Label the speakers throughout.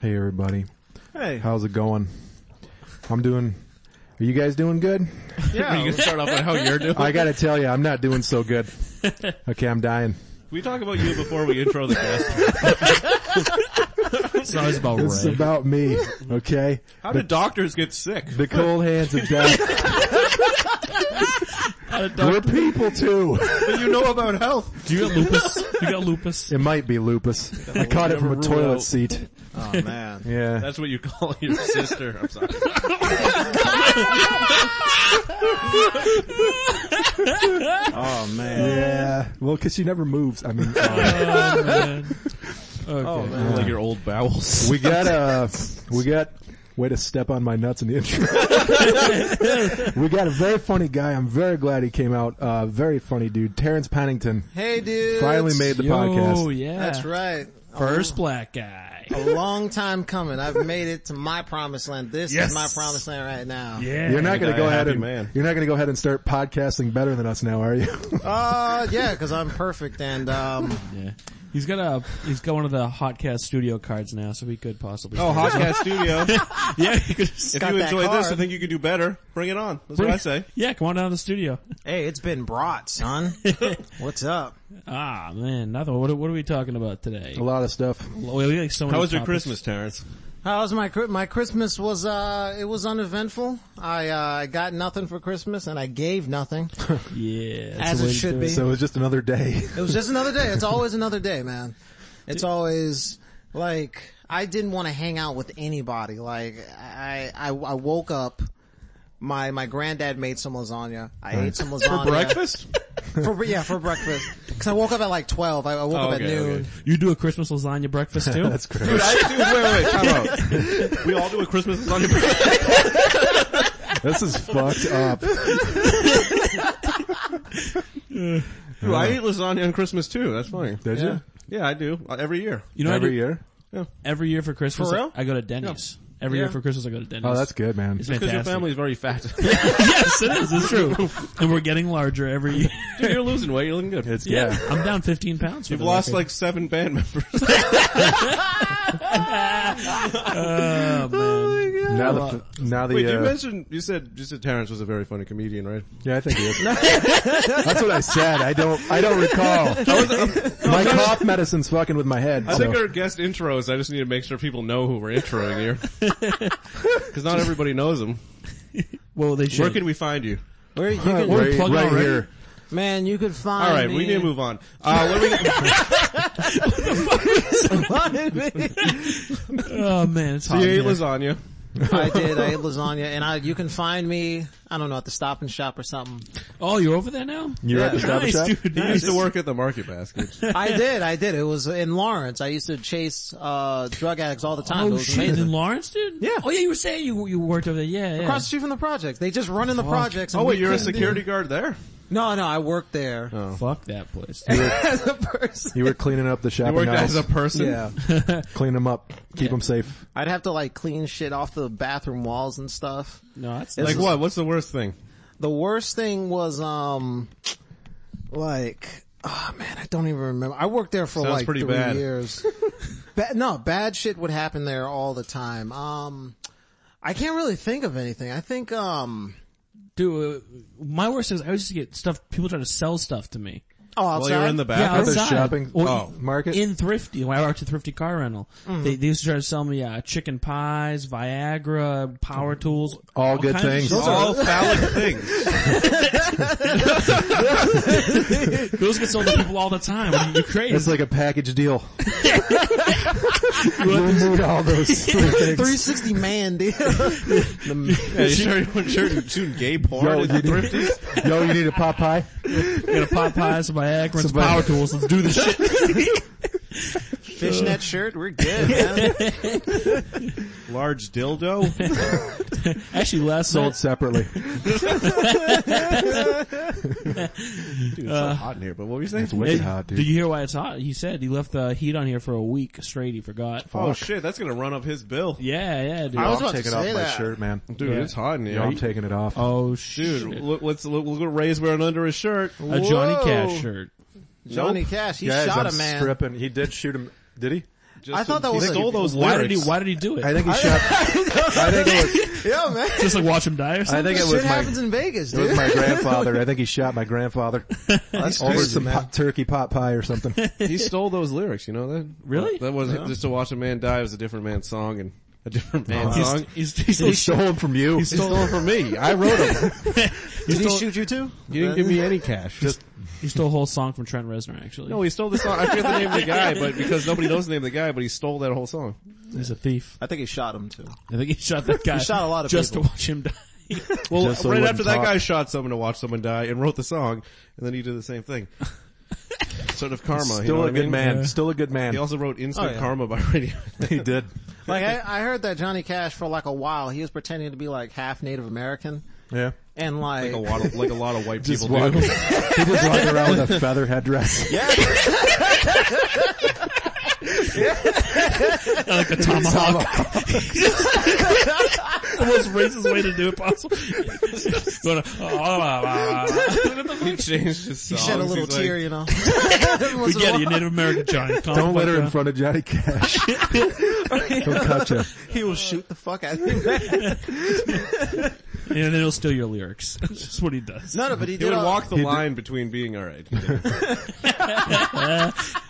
Speaker 1: Hey everybody,
Speaker 2: Hey.
Speaker 1: how's it going? I'm doing. Are you guys doing good?
Speaker 3: Are you
Speaker 2: Yeah.
Speaker 3: gonna start off on how you're doing?
Speaker 1: I gotta tell you, I'm not doing so good. Okay, I'm dying.
Speaker 2: we talk about you before we intro the guest.
Speaker 3: It's always about
Speaker 1: It's
Speaker 3: Ray.
Speaker 1: about me. Okay,
Speaker 2: How do doctors get sick?
Speaker 1: the cold hands of death. We're people too.
Speaker 2: But you know about health.
Speaker 3: Do you got lupus? You got lupus?
Speaker 1: It might be lupus. I caught it from a
Speaker 2: Never rule
Speaker 1: toilet
Speaker 2: out-
Speaker 1: seat.
Speaker 2: Oh man.
Speaker 1: Yeah.
Speaker 2: That's what you call your sister. I'm sorry. oh man.
Speaker 1: Yeah. Well, cause she never moves. I mean,
Speaker 3: Oh man. Okay.
Speaker 2: Oh man. Like your old bowels.
Speaker 1: we got, uh, we got, way to step on my nuts in the intro. we got a very funny guy. I'm very glad he came out. Uh, very funny dude. Terrence Pennington
Speaker 4: Hey, dude.
Speaker 1: finally made the
Speaker 3: Yo,
Speaker 1: podcast.
Speaker 3: yeah.
Speaker 4: That's right.
Speaker 3: First black guy.
Speaker 4: A long time coming. I've made it to my promised land. This
Speaker 3: Yes.
Speaker 4: is my promised land right now.
Speaker 3: Yeah.
Speaker 1: You're not gonna
Speaker 2: guy,
Speaker 1: go
Speaker 2: a
Speaker 1: ahead
Speaker 2: happy
Speaker 1: and,
Speaker 2: man.
Speaker 1: you're not gonna go ahead and start podcasting better than us now, are you?
Speaker 4: Uh, yeah, cause I'm perfect and, um,
Speaker 3: Yeah. He's got a, he's got one of the Hotcast studio cards now, so we could possibly.
Speaker 2: Oh, Hotcast Studio.
Speaker 3: yeah. you could just-
Speaker 2: If
Speaker 4: Got
Speaker 2: you
Speaker 4: that
Speaker 2: enjoy this, I
Speaker 4: card.
Speaker 2: think you could do better. Bring it on. That's what I say.
Speaker 3: Yeah, come on down to the studio.
Speaker 4: hey, it's been brought, son. What's up?
Speaker 3: Ah, man, nothing. What, are- what are we talking about today?
Speaker 1: a lot of stuff.
Speaker 3: We got so
Speaker 2: Oh.
Speaker 3: many
Speaker 2: How was your
Speaker 3: topics.
Speaker 2: Christmas, Terrence?
Speaker 4: How was my, Chri- my Christmas was, uh, it was uneventful. I, uh, I got nothing for Christmas and I gave nothing.
Speaker 3: Yeah. that's
Speaker 4: As
Speaker 3: the way
Speaker 4: it
Speaker 3: to
Speaker 4: should
Speaker 3: do
Speaker 4: be.
Speaker 1: So it was just another day.
Speaker 4: It was just another day. It's always another day, man. It's always like I didn't want to hang out with anybody. Like I, I, I woke up. My my granddad made some lasagna. I ate some lasagna
Speaker 2: Breakfast?
Speaker 4: For- yeah, for breakfast. Because I woke up at like twelve. I, I woke
Speaker 2: Oh,
Speaker 4: up at
Speaker 2: okay,
Speaker 4: noon.
Speaker 2: okay.
Speaker 3: You do a Christmas lasagna breakfast too?
Speaker 1: That's great.
Speaker 2: Dude, I do. Wait, wait, wait. Time out. We all do a Christmas lasagna breakfast.
Speaker 1: This is fucked up.
Speaker 2: Dude, I eat lasagna on Christmas too. That's funny.
Speaker 1: Did
Speaker 2: yeah.
Speaker 1: you?
Speaker 2: Yeah, I do Uh, every year.
Speaker 3: you know, I
Speaker 1: Every
Speaker 3: do-
Speaker 1: year?
Speaker 3: every year for Christmas,
Speaker 2: For real?
Speaker 3: I go to Denny's. Every year
Speaker 2: Yeah.
Speaker 3: for Christmas, I go to Denny's.
Speaker 1: Oh, that's good, man.
Speaker 3: it's
Speaker 2: Because
Speaker 3: fantastic.
Speaker 2: your family's very fat.
Speaker 3: yes, it is. It's true. and we're getting larger every year.
Speaker 2: Dude, you're losing weight. You're looking good.
Speaker 1: It's
Speaker 3: Yeah,
Speaker 1: yeah.
Speaker 3: I'm down 15 pounds. for
Speaker 2: You've
Speaker 3: the
Speaker 2: lost
Speaker 3: record.
Speaker 2: like seven band members.
Speaker 3: Oh, man.
Speaker 1: Now the f- now the
Speaker 2: Wait, you
Speaker 1: uh,
Speaker 2: mentioned you said you said Terrence was a very funny comedian, right?
Speaker 1: yeah, I think he is. That's what I said. I don't I don't recall. my cough medicine's fucking with my head.
Speaker 2: I
Speaker 1: so.
Speaker 2: think our guest intros. I just need to make sure people know who we're introing here, because not everybody knows him.
Speaker 3: Well, they should.
Speaker 2: Where can we find you?
Speaker 4: Where you
Speaker 1: Huh,
Speaker 4: could,
Speaker 3: we're
Speaker 1: right,
Speaker 3: plugging
Speaker 1: right
Speaker 3: already.
Speaker 1: here.
Speaker 4: man, you could find.
Speaker 2: All right, we need to move on. Uh, what do we,
Speaker 4: move.
Speaker 3: oh man, it's hot.
Speaker 2: you
Speaker 3: in
Speaker 2: ate
Speaker 3: here.
Speaker 2: lasagna.
Speaker 4: I did. I ate lasagna, and I you can find me. I don't know at the Stop and Shop or something.
Speaker 3: Oh, you're over there now?
Speaker 1: You're at the
Speaker 3: Yeah.
Speaker 1: stop and
Speaker 3: nice,
Speaker 1: shop.
Speaker 3: dude.
Speaker 2: He
Speaker 3: nice.
Speaker 2: used to work at the market basket.
Speaker 4: I did. I did. It was in Lawrence. I used to chase uh drug addicts all the time. it
Speaker 3: Oh
Speaker 4: was
Speaker 3: shit,
Speaker 4: amazing.
Speaker 3: in Lawrence, dude.
Speaker 4: Yeah.
Speaker 3: Oh yeah, you were saying you you worked over there. Yeah, yeah.
Speaker 4: Across the street from the projects. They just run in the projects. and
Speaker 2: Oh wait,
Speaker 4: we
Speaker 2: you're a
Speaker 4: couldn't do-
Speaker 2: security guard there.
Speaker 4: No, no, I worked there
Speaker 3: Fuck that place.
Speaker 4: as a person.
Speaker 1: You were cleaning up the
Speaker 2: You
Speaker 1: shopping
Speaker 2: worked
Speaker 1: aisles.
Speaker 2: as a person.
Speaker 4: Yeah.
Speaker 1: Clean them up. Keep them safe.
Speaker 4: I'd have to like clean shit off the bathroom walls and stuff.
Speaker 3: No, that's
Speaker 2: Like what? What's the worst thing?
Speaker 4: The worst thing was, um, like, oh man, I don't even remember. I worked there for
Speaker 2: Sounds
Speaker 4: like
Speaker 2: pretty
Speaker 4: three
Speaker 2: bad.
Speaker 4: years. ba- no, bad shit would happen there all the time. Um, I can't really think of anything. I think, um,
Speaker 3: dude. uh, My worst is I always used to get stuff. People try to sell stuff to me.
Speaker 4: oh,
Speaker 2: While
Speaker 4: outside.
Speaker 2: you were in the
Speaker 3: Yeah,
Speaker 2: bathroom.
Speaker 1: At the
Speaker 3: Outside.
Speaker 1: shopping
Speaker 3: Well,
Speaker 1: oh, market.
Speaker 3: In thrifty, when I worked at thrifty car rental, they, they used to try to sell me uh, chicken pies, Viagra, power tools,
Speaker 1: All good
Speaker 3: kinds of
Speaker 1: things.
Speaker 3: shit.
Speaker 1: Those
Speaker 2: All phallic things.
Speaker 3: Those get sold to people all the time. What are you crazy?
Speaker 1: it's like a package deal. You'll need all those three things.
Speaker 4: 360 man, dude.
Speaker 2: Yeah, you sure you weren't sure you shooting gay porn
Speaker 1: Yo,
Speaker 2: at
Speaker 1: you
Speaker 2: the thrifties?
Speaker 1: Yo, you need a pop pie?
Speaker 3: Get a pot pies, some Viagra, and some
Speaker 1: Somebody-
Speaker 3: power tools. Let's do this shit.
Speaker 4: Fishnet shirt, we're good, man.
Speaker 2: Large dildo.
Speaker 3: Actually, last
Speaker 1: Sold
Speaker 3: night,
Speaker 1: separately.
Speaker 2: Dude, it's so hot in here. But what were you saying?
Speaker 1: It's wicked hot,
Speaker 3: Did
Speaker 1: dude.
Speaker 3: you hear why it's hot? He said he left the heat on here for a week straight. He forgot.
Speaker 2: Oh shit, that's gonna run up his bill.
Speaker 3: Yeah, yeah, dude.
Speaker 4: I was
Speaker 1: I'm
Speaker 4: about to
Speaker 1: taking off
Speaker 4: say
Speaker 1: my
Speaker 4: that.
Speaker 1: shirt, man.
Speaker 2: Dude,
Speaker 3: Yeah.
Speaker 2: it's hot in here.
Speaker 1: Yo, I'm taking it off.
Speaker 3: oh shit.
Speaker 2: Dude, look, let's look, look what Ray's wearing under his shirt.
Speaker 3: a Johnny
Speaker 4: Whoa.
Speaker 3: Cash shirt.
Speaker 4: Johnny Cash, he
Speaker 1: Guys,
Speaker 4: shot
Speaker 1: I'm
Speaker 4: a man.
Speaker 1: stripping. He did shoot him. Did he?
Speaker 2: just
Speaker 4: I thought that
Speaker 2: he
Speaker 4: was a-
Speaker 2: stole those
Speaker 3: Why did he?
Speaker 2: lyrics.
Speaker 3: Why did he do it?
Speaker 1: I think he shot. I think it was.
Speaker 4: Yeah, man.
Speaker 3: Just like watch him die or
Speaker 1: I
Speaker 3: something.
Speaker 1: think it
Speaker 4: Shit
Speaker 1: was my.
Speaker 4: happens in Vegas,
Speaker 1: It was
Speaker 4: dude.
Speaker 1: my grandfather. I think he shot my grandfather
Speaker 4: That's
Speaker 1: over
Speaker 4: crazy,
Speaker 1: some
Speaker 4: man.
Speaker 1: pot, turkey pot pie or something.
Speaker 2: he stole those lyrics, you know that?
Speaker 3: Really?
Speaker 2: That wasn't just to watch a man die. It was a different man's song and a different man's
Speaker 3: He's-
Speaker 2: song.
Speaker 3: he's, he's,
Speaker 1: He stole him from you.
Speaker 2: He stole them from me. I wrote them.
Speaker 4: Did he shoot you too?
Speaker 2: You didn't give me any cash.
Speaker 3: he stole a whole song from Trent Reznor. Actually,
Speaker 2: no, he stole the song. I forget the name of the guy, but because nobody knows the name of the guy, but he stole that whole song.
Speaker 3: he's a thief.
Speaker 4: I think he shot him too.
Speaker 3: I think he shot that guy.
Speaker 4: shot a lot of
Speaker 3: just
Speaker 4: people.
Speaker 3: to watch him die.
Speaker 2: Well,
Speaker 1: Just so he
Speaker 2: right
Speaker 1: wouldn't
Speaker 2: after that
Speaker 1: talk.
Speaker 2: guy shot someone to watch someone die and wrote the song, and then he did the same thing. sort of karma. you know
Speaker 1: Still
Speaker 2: what
Speaker 1: a
Speaker 2: I
Speaker 1: good
Speaker 2: mean?
Speaker 1: man. Still a good man.
Speaker 2: He also wrote Instant
Speaker 4: Oh, yeah.
Speaker 2: Karma by Radio.
Speaker 1: He did.
Speaker 4: Like I, I heard that Johnny Cash for like a while he was pretending to be like half Native American
Speaker 1: Yeah.
Speaker 4: and
Speaker 2: like,
Speaker 4: like,
Speaker 2: a lot of, like a lot of white
Speaker 1: Just
Speaker 2: people
Speaker 1: walk-
Speaker 2: do.
Speaker 1: he just walked around with a feather headdress.
Speaker 3: like a tomahawk. the most racist way to do it possible. Going, "Ah, ah, ah, ah."
Speaker 2: he changed his song.
Speaker 4: he shed a little tear, you know. Every
Speaker 3: we
Speaker 4: once in a
Speaker 3: get it,
Speaker 4: while.
Speaker 3: you Native American Johnny. Calm
Speaker 1: Don't
Speaker 3: the
Speaker 1: let her in
Speaker 3: fuck
Speaker 1: front of Johnny Cash. He'll cut you.
Speaker 4: He will shoot the fuck out of you.
Speaker 3: down. And then he'll steal your lyrics. That's just what he does.
Speaker 4: No, no, but he
Speaker 2: He
Speaker 4: did. uh,
Speaker 2: would
Speaker 4: all-
Speaker 2: walk the
Speaker 1: He did-
Speaker 2: line between being alright.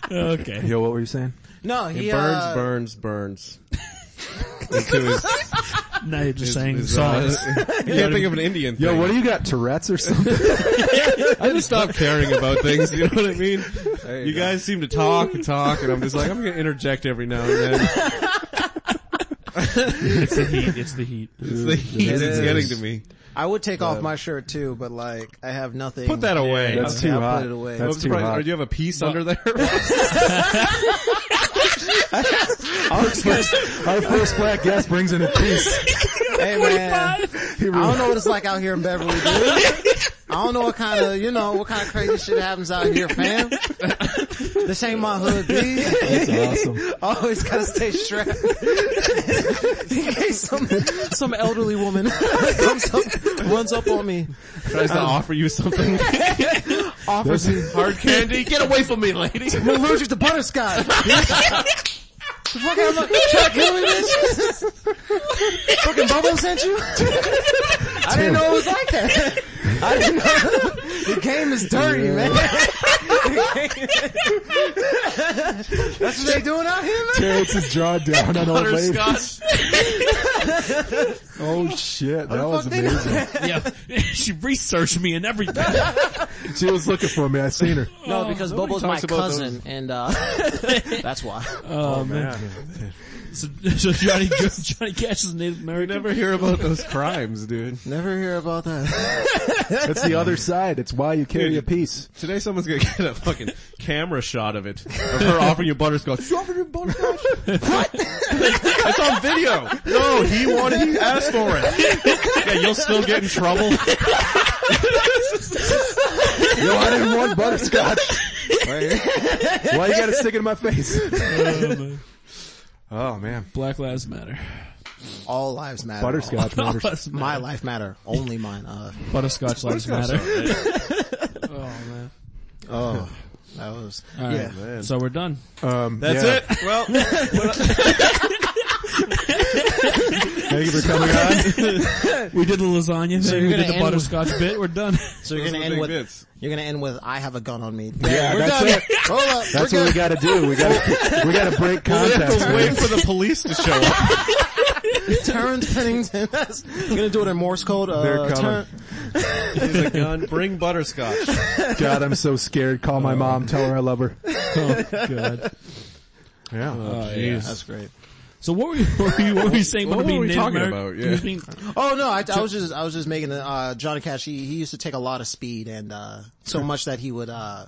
Speaker 3: Okay.
Speaker 1: Yo, what were you saying?
Speaker 4: No, he
Speaker 2: It
Speaker 4: uh,
Speaker 2: burns, burns, burns. Into his-
Speaker 3: Now you're just
Speaker 2: his-
Speaker 3: saying
Speaker 2: his, uh,
Speaker 3: songs.
Speaker 2: I can't think of an Indian thing.
Speaker 1: Yo, what do you got? Tourette's or something?
Speaker 2: I just stopped caring about things, you know what I mean? You guys seem to talk and talk and I'm just like, I'm gonna interject every now and then.
Speaker 3: it's the heat. It's the heat.
Speaker 2: It's the heat
Speaker 4: It
Speaker 2: that's
Speaker 4: is.
Speaker 2: getting to me.
Speaker 4: I would take off my shirt too, but like I have nothing.
Speaker 2: Put that away.
Speaker 1: That's
Speaker 4: Okay,
Speaker 1: too
Speaker 4: I'll put
Speaker 1: hot.
Speaker 4: it away.
Speaker 2: I'm
Speaker 1: That's too
Speaker 2: surprised. Or do
Speaker 1: hot.
Speaker 2: you have a piece under there?
Speaker 1: Our first, our first black guest brings in a piece.
Speaker 4: Hey man, I don't know what it's like out here in Beverly, dude. I don't know what kind of you know what kind of crazy shit happens out here, fam. This ain't my hood, B.
Speaker 1: That's awesome.
Speaker 4: Always gotta stay strapped in case some some elderly woman comes up, runs up on me,
Speaker 2: Tries to offer you something.
Speaker 4: offers me.
Speaker 2: Hard candy? Get away from me, lady.
Speaker 4: I'm allergic to butterscotch. the fuck am I? Chuck Henry, bitch. Fucking Bobo sent you. I didn't know it was like that. I didn't know. The game is dirty, man. That's what they doing out here, man.
Speaker 1: Terrence is drawn down on old lady.
Speaker 2: Butterscotch.
Speaker 1: Oh shit, that was
Speaker 4: fuck they
Speaker 1: amazing.
Speaker 3: yeah. she researched me and everything.
Speaker 1: She was looking for me. I seen her.
Speaker 4: No, because
Speaker 2: nobody
Speaker 4: Bobo's my
Speaker 2: talks about those.
Speaker 4: cousin, and uh, that's why.
Speaker 3: Oh, man. So, so Johnny, Johnny Cash is Native
Speaker 2: You
Speaker 3: American.
Speaker 2: never hear about those crimes, dude.
Speaker 4: Never hear about that.
Speaker 1: It's the other side. It's why you carry a piece.
Speaker 2: Today someone's gonna get a fucking camera shot of it. Of her offering you butterscotch. You offered him butterscotch? what? it's on video. No, he wanted, he asked for it. Yeah, you'll still get in trouble.
Speaker 1: Yo, I didn't want butterscotch. Why you gotta stick it in my face? Oh man,
Speaker 3: Black Lives Matter.
Speaker 4: All lives matter.
Speaker 1: butterscotch matters.
Speaker 4: My life matter. Only mine. Uh,
Speaker 3: Butterscotch Lives Matter.
Speaker 4: oh, that was.
Speaker 3: All
Speaker 4: yeah.
Speaker 3: right. So we're done.
Speaker 1: Um,
Speaker 2: That's
Speaker 1: yeah.
Speaker 2: it. Well,
Speaker 1: Thank you for coming on.
Speaker 3: We did the lasagna thing. We
Speaker 4: gonna
Speaker 3: did the
Speaker 4: end with-
Speaker 3: butterscotch bit. We're done.
Speaker 4: So you're
Speaker 2: Those are the
Speaker 4: gonna end
Speaker 2: big
Speaker 4: with
Speaker 2: bits.
Speaker 4: you're gonna end with I have a gun on me.
Speaker 1: Yeah, that's it.
Speaker 4: Hold up,
Speaker 1: That's
Speaker 4: we're
Speaker 1: what we
Speaker 4: good.
Speaker 1: gotta do. We gotta we gotta break
Speaker 2: we have
Speaker 1: contact.
Speaker 2: to wait for the police to show up.
Speaker 4: Terrence Pennington. That's gonna do it in Morse code. Uh,
Speaker 1: They're coming.
Speaker 4: Terren-
Speaker 2: Here's a gun. Bring butterscotch.
Speaker 1: God, I'm so scared. Call my mom. Tell her I love her.
Speaker 3: Oh, God.
Speaker 1: Yeah.
Speaker 2: Uh,
Speaker 3: Oh,
Speaker 4: that's great.
Speaker 3: So what were you, what were you, what were you saying
Speaker 2: What
Speaker 3: about
Speaker 2: were
Speaker 3: being
Speaker 2: we
Speaker 3: Native
Speaker 2: talking
Speaker 3: American?
Speaker 2: about? Yeah.
Speaker 3: You being-
Speaker 4: Oh no, I, I was just I was just making the, uh Johnny Cash. He he used to take a lot of speed and uh so much that he would uh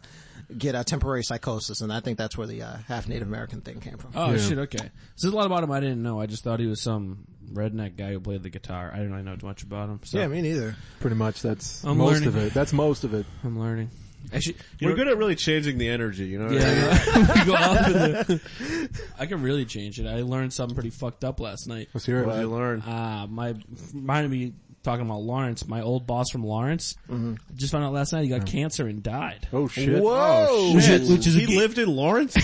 Speaker 4: get a temporary psychosis, and I think that's where the uh, half Native American thing came from.
Speaker 3: oh shit, okay. So there's a lot about him I didn't know. I just thought he was some redneck guy who played the guitar. I didn't really know too much about him. So
Speaker 4: me neither.
Speaker 1: Pretty much. That's
Speaker 3: I'm
Speaker 1: most
Speaker 3: learning.
Speaker 1: of it. That's most of it.
Speaker 3: I'm learning. Actually,
Speaker 2: We're good at really changing the energy, you know?
Speaker 3: Yeah, we go up in the- I can really change it. I learned something pretty fucked up last night.
Speaker 1: Let's hear it.
Speaker 2: What did you learn?
Speaker 3: Uh, my reminded me talking about Lawrence, my old boss from Lawrence.
Speaker 2: Mm-hmm.
Speaker 3: Just found out last night he got cancer and died.
Speaker 1: oh shit.
Speaker 4: Whoa.
Speaker 2: Oh, shit.
Speaker 3: Which is- which is a
Speaker 2: he
Speaker 3: g-
Speaker 2: lived in Lawrence?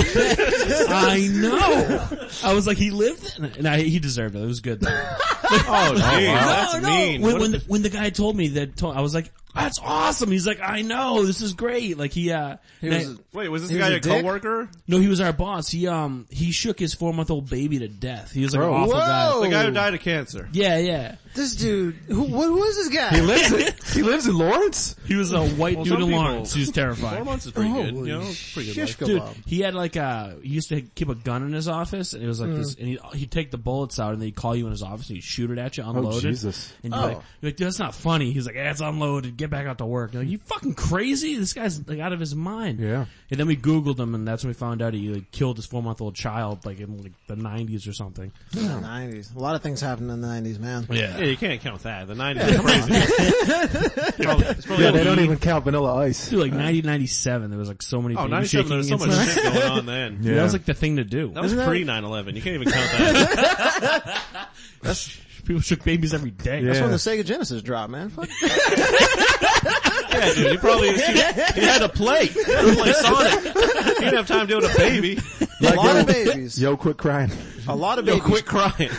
Speaker 3: I know. I was like, he lived, in it. and I, he deserved it. It was good. Though.
Speaker 2: Oh, jeez, that's
Speaker 3: no, no.
Speaker 2: mean.
Speaker 3: When,
Speaker 2: What
Speaker 3: when,
Speaker 2: if-
Speaker 3: the, when the guy told me that, told, I was like, that's awesome. He's like, I know, this is great. Like he, uh, and I-
Speaker 4: was-
Speaker 2: wait, was this
Speaker 4: He
Speaker 2: guy
Speaker 4: was a
Speaker 2: your
Speaker 4: dick?
Speaker 2: coworker?
Speaker 3: no, he was our boss. He, um, he shook his four month old baby to death. He was like an
Speaker 1: Bro.
Speaker 3: awful guy.
Speaker 4: Whoa.
Speaker 2: The guy
Speaker 1: Oh.
Speaker 2: who died of cancer.
Speaker 3: Yeah, yeah.
Speaker 4: This dude, who, who, who is this guy?
Speaker 1: He lives. he lives in Lawrence.
Speaker 3: He was a white
Speaker 2: Well,
Speaker 3: dude
Speaker 2: some
Speaker 3: in
Speaker 2: people-
Speaker 3: Lawrence. He was
Speaker 2: Four
Speaker 3: terrified.
Speaker 2: months is pretty good, you know? it's Pretty good.
Speaker 4: Shish
Speaker 2: life.
Speaker 3: Dude,
Speaker 4: kebab.
Speaker 3: he had like a, he used to keep a gun in his office and it was like this,
Speaker 1: Hmm.
Speaker 3: and he'd, he'd take the bullets out and then he'd call you in his office and he'd shoot it at you unloaded.
Speaker 1: Jesus.
Speaker 3: And you're,
Speaker 4: Oh.
Speaker 3: like, you're like, "Dude, that's not funny. He's like, yeah, it's unloaded. Get back out to work. You're like, you fucking crazy? This guy's like out of his mind.
Speaker 1: Yeah.
Speaker 3: And then we Googled him and that's when we found out he like killed his four month old child like in like the nineties or something.
Speaker 4: Yeah, 90s. A lot of things happened in the 90s, man.
Speaker 2: Yeah, you can't count that. The 90s is crazy. It's probably- it's probably
Speaker 1: Oh, Yeah,
Speaker 2: a
Speaker 1: they don't
Speaker 2: lead.
Speaker 1: even count Vanilla Ice.
Speaker 3: Dude, like 1997, there was like so many
Speaker 2: Oh,
Speaker 3: babies
Speaker 2: 97, there was so
Speaker 3: shaking
Speaker 2: much
Speaker 3: and-
Speaker 2: shit going on then.
Speaker 1: Yeah.
Speaker 3: That was like the thing to do.
Speaker 2: That was pre 9-11. You can't even count that.
Speaker 3: People shook babies every day.
Speaker 1: Yeah.
Speaker 4: That's when the Sega Genesis dropped, man. Fuck.
Speaker 2: yeah, dude, you probably, he, he had to play. He had to play Sonic. He didn't have time doing a baby.
Speaker 4: A lot
Speaker 1: yo,
Speaker 4: of babies.
Speaker 1: Yo, quit crying.
Speaker 4: A lot of
Speaker 2: Yo,
Speaker 4: babies.
Speaker 2: quit crying.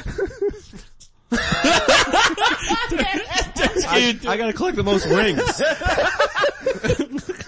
Speaker 2: I, I gotta collect the most rings.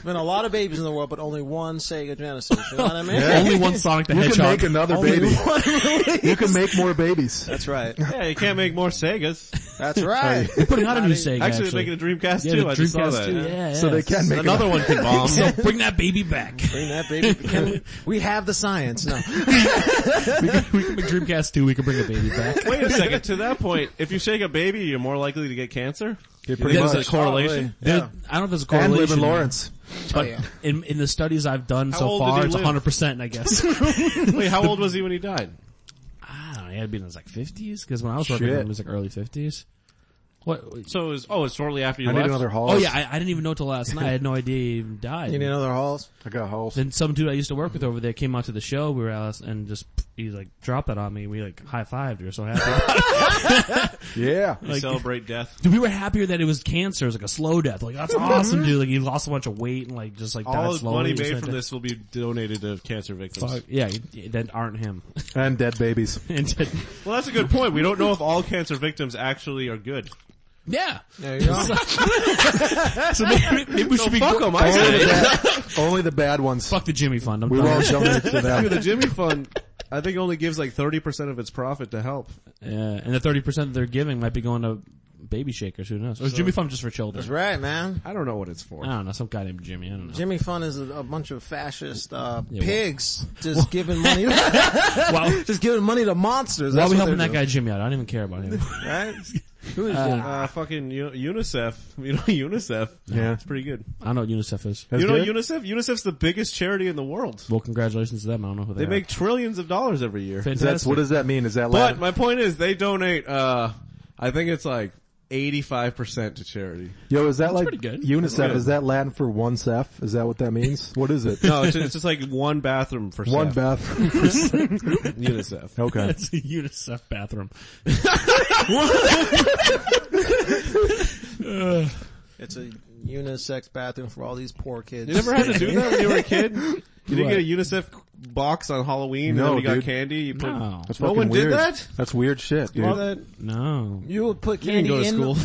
Speaker 4: There's been a lot of babies in the world, but only one Sega Genesis. You know what I mean?
Speaker 3: Only one Sonic the
Speaker 1: You can
Speaker 3: Hedgehog.
Speaker 1: make another
Speaker 4: Only
Speaker 1: baby.
Speaker 4: one release.
Speaker 1: You can make more babies.
Speaker 4: That's right.
Speaker 2: Yeah, you can't make more Segas.
Speaker 4: That's right.
Speaker 3: They're putting out a new Sega.
Speaker 2: Actually,
Speaker 3: Actually,
Speaker 2: they're making a Dreamcast
Speaker 3: yeah,
Speaker 2: too.
Speaker 3: the
Speaker 2: I just saw
Speaker 3: Dreamcast
Speaker 2: that.
Speaker 3: too.
Speaker 2: yeah.
Speaker 3: Yeah, yeah.
Speaker 1: So they can make
Speaker 2: Another one can bomb.
Speaker 3: So bring that baby back.
Speaker 4: Bring that baby. Can we, we have the science. No.
Speaker 3: we, can, we can make Dreamcast too. We can bring a baby back.
Speaker 2: Wait a second. To that point, if you shake a baby, you're more likely to get cancer.
Speaker 1: Yeah,
Speaker 2: Pretty
Speaker 1: pretty
Speaker 2: There's
Speaker 1: much.
Speaker 2: a correlation.
Speaker 3: There- I don't know if there's a correlation.
Speaker 1: And live in Lawrence.
Speaker 3: but
Speaker 4: Oh, yeah.
Speaker 3: in, in the studies I've done so
Speaker 2: old did
Speaker 3: far,
Speaker 2: he
Speaker 3: it's
Speaker 2: live?
Speaker 3: 100%, I guess.
Speaker 2: Wait, how old was he when he died?
Speaker 3: I don't know, he had to be in his like 50s, cause when I was working with
Speaker 1: Shit.
Speaker 3: him, it was like early 50s. What?
Speaker 2: So it was, oh, it's shortly after you
Speaker 1: I need
Speaker 2: left.
Speaker 1: another Halls.
Speaker 3: Oh yeah, I, I didn't even know till last night. I had no idea he even died.
Speaker 4: You need another halls?
Speaker 1: I got Halls.
Speaker 3: Then some dude I used to work with over there came out to the show. We were out and just he like dropped that on me. We like high fived. We were so happy.
Speaker 1: Yeah.
Speaker 2: You celebrate death.
Speaker 3: dude, we were happier that it was cancer. It was like a slow death. Like that's awesome, dude. Like he lost a bunch of weight and like just like
Speaker 2: Oh, All
Speaker 3: died
Speaker 2: the
Speaker 3: slowly.
Speaker 2: money
Speaker 3: It was
Speaker 2: made from
Speaker 3: fantastic.
Speaker 2: this will be donated to cancer victims.
Speaker 3: Fuck, yeah, he- that aren't him.
Speaker 1: And dead babies.
Speaker 3: and then-
Speaker 2: Well, that's a good point. We don't know if all cancer victims actually are good.
Speaker 3: yeah.
Speaker 4: There you go.
Speaker 3: So maybe, maybe we should be
Speaker 2: Fuck
Speaker 3: go-
Speaker 2: them. I
Speaker 1: Only the
Speaker 2: say.
Speaker 1: bad, only the bad ones.
Speaker 3: Fuck the Jimmy Fund. I'm
Speaker 1: We
Speaker 3: done.
Speaker 1: won't jump into
Speaker 2: The
Speaker 1: them.
Speaker 2: Jimmy Fund, I think, only gives like 30% of its profit to help.
Speaker 3: Yeah, and the thirty percent they're giving might be going to baby shakers. Who knows? Or is Jimmy Fund just for children?
Speaker 4: That's right, man.
Speaker 2: I don't know what it's for.
Speaker 3: I don't know. Some guy named Jimmy. I don't know.
Speaker 4: Jimmy Fun is a, a bunch of fascist uh,
Speaker 3: well-
Speaker 4: pigs just giving money.
Speaker 3: Wow.
Speaker 4: just giving money to monsters.
Speaker 3: Why are
Speaker 4: That's
Speaker 3: we
Speaker 4: what
Speaker 3: helping that
Speaker 4: they're
Speaker 3: guy Jimmy out? I don't even care about him.
Speaker 4: doing, Right? Who is Jimmy?
Speaker 2: Uh, fucking U- UNICEF. You know UNICEF?
Speaker 1: Yeah.
Speaker 2: It's pretty good.
Speaker 3: I don't know what UNICEF is.
Speaker 1: That's
Speaker 2: you know
Speaker 1: good?
Speaker 2: UNICEF? UNICEF's the biggest charity in the world.
Speaker 3: Well, congratulations to them. I don't know who they,
Speaker 2: They
Speaker 3: are.
Speaker 2: make trillions of dollars every year.
Speaker 3: Fantastic.
Speaker 1: That's, what does that mean? Is that
Speaker 2: But
Speaker 1: Latin?
Speaker 2: my point is they donate, uh, I think it's like 85% to charity.
Speaker 1: Yo, is that like
Speaker 3: pretty good.
Speaker 1: UNICEF?
Speaker 2: good.
Speaker 1: Is that Latin for one Seth? Is that what that means? What is it?
Speaker 2: No, it's, it's just like one bathroom for
Speaker 1: One
Speaker 2: staff.
Speaker 1: Beth.
Speaker 2: UNICEF.
Speaker 1: Okay.
Speaker 3: That's a UNICEF bathroom.
Speaker 4: It's a unisex bathroom for all these poor kids.
Speaker 2: You never had to do that when you were a kid? Did you get a UNICEF box on Halloween
Speaker 1: No,
Speaker 2: and then you
Speaker 1: dude.
Speaker 2: got candy? You put,
Speaker 3: No.
Speaker 1: That's
Speaker 2: No
Speaker 1: fucking
Speaker 2: one did
Speaker 1: weird.
Speaker 2: that?
Speaker 1: That's weird shit, dude.
Speaker 2: All that?
Speaker 3: No.
Speaker 4: You would put candy
Speaker 2: go to
Speaker 4: in
Speaker 2: school.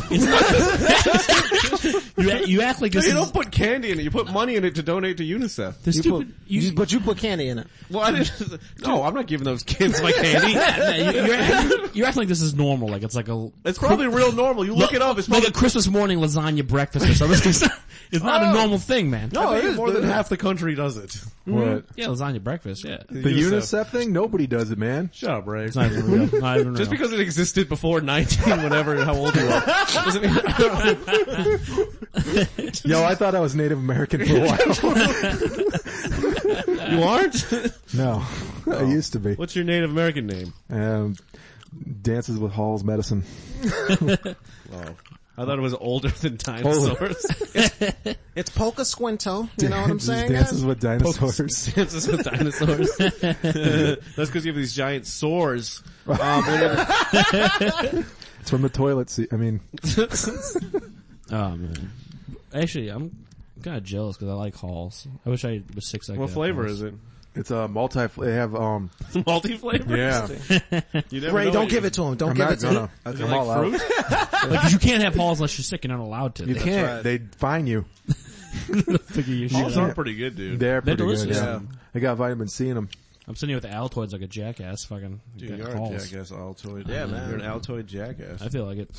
Speaker 3: You, act- you act like this
Speaker 2: You
Speaker 3: is...
Speaker 2: don't put candy in it. You put money in it to donate to UNICEF.
Speaker 3: The
Speaker 4: You put,
Speaker 3: stupid... You,
Speaker 4: you- but you put candy in it.
Speaker 2: Well, I didn't, no, I'm not giving those kids my candy.
Speaker 3: yeah, no, you, you're, act- you act like this is normal. Like it's like a...
Speaker 2: It's probably real normal. You look it up. It's
Speaker 3: like
Speaker 2: probably
Speaker 3: a Christmas morning lasagna breakfast or something. It's, it's not
Speaker 2: Oh.
Speaker 3: a normal thing, man.
Speaker 2: I
Speaker 4: No,
Speaker 2: think
Speaker 4: it is,
Speaker 2: more
Speaker 4: but
Speaker 2: than
Speaker 4: it is.
Speaker 2: half the country does it. mm-hmm.
Speaker 1: What?
Speaker 3: Yeah, lasagna breakfast, yeah. It's
Speaker 1: The UNICEF. thing? Nobody does it, man.
Speaker 2: Shut up, Ray.
Speaker 3: not even real. Not even real.
Speaker 2: Just because it existed before 19, whenever, how old you were. Doesn't mean-
Speaker 1: Yo, I thought I was Native American for a while.
Speaker 2: you aren't?
Speaker 1: no, I used to be.
Speaker 2: What's your Native American name?
Speaker 1: Um, dances with Hall's medicine.
Speaker 2: Oh. I thought it was older than dinosaurs.
Speaker 4: It's Polka Squinto. You know what I'm
Speaker 1: Just
Speaker 4: saying?
Speaker 1: dances
Speaker 4: guys?
Speaker 1: with dinosaurs.
Speaker 2: Dances with dinosaurs. That's because you have these giant sores. Um, whenever-
Speaker 1: It's from the toilet seat. I mean,
Speaker 3: Oh man. Actually, I'm kind of jealous because I like halls. I wish I was six like
Speaker 2: what
Speaker 3: that.
Speaker 2: flavor is it?
Speaker 1: it's a multi. They have um.
Speaker 2: Multi flavor.
Speaker 1: Yeah,
Speaker 2: You never
Speaker 4: Ray,
Speaker 2: know
Speaker 4: don't
Speaker 2: what
Speaker 4: give
Speaker 2: you-
Speaker 4: it to him. Don't
Speaker 1: I'm
Speaker 4: give
Speaker 1: not
Speaker 4: it to him.
Speaker 1: gonna. I'm
Speaker 2: Is it like
Speaker 1: all out.
Speaker 2: fruit?
Speaker 3: Like, 'cause you can't have halls unless you're sick. You're not allowed to.
Speaker 1: You
Speaker 3: They
Speaker 1: can't.
Speaker 2: right.
Speaker 1: They fine you.
Speaker 3: figure your shit
Speaker 2: Those
Speaker 3: out.
Speaker 2: are pretty good, dude.
Speaker 1: They're pretty good.
Speaker 3: delicious.
Speaker 1: Yeah.
Speaker 3: Yeah.
Speaker 1: They got vitamin C in them.
Speaker 3: I'm sitting here with the Altoids like a jackass. Fucking
Speaker 2: Dude,
Speaker 3: got
Speaker 2: you're a
Speaker 3: halls.
Speaker 2: jackass Altoid.
Speaker 4: Yeah, man.
Speaker 2: You're an Altoid jackass.
Speaker 3: I feel like it.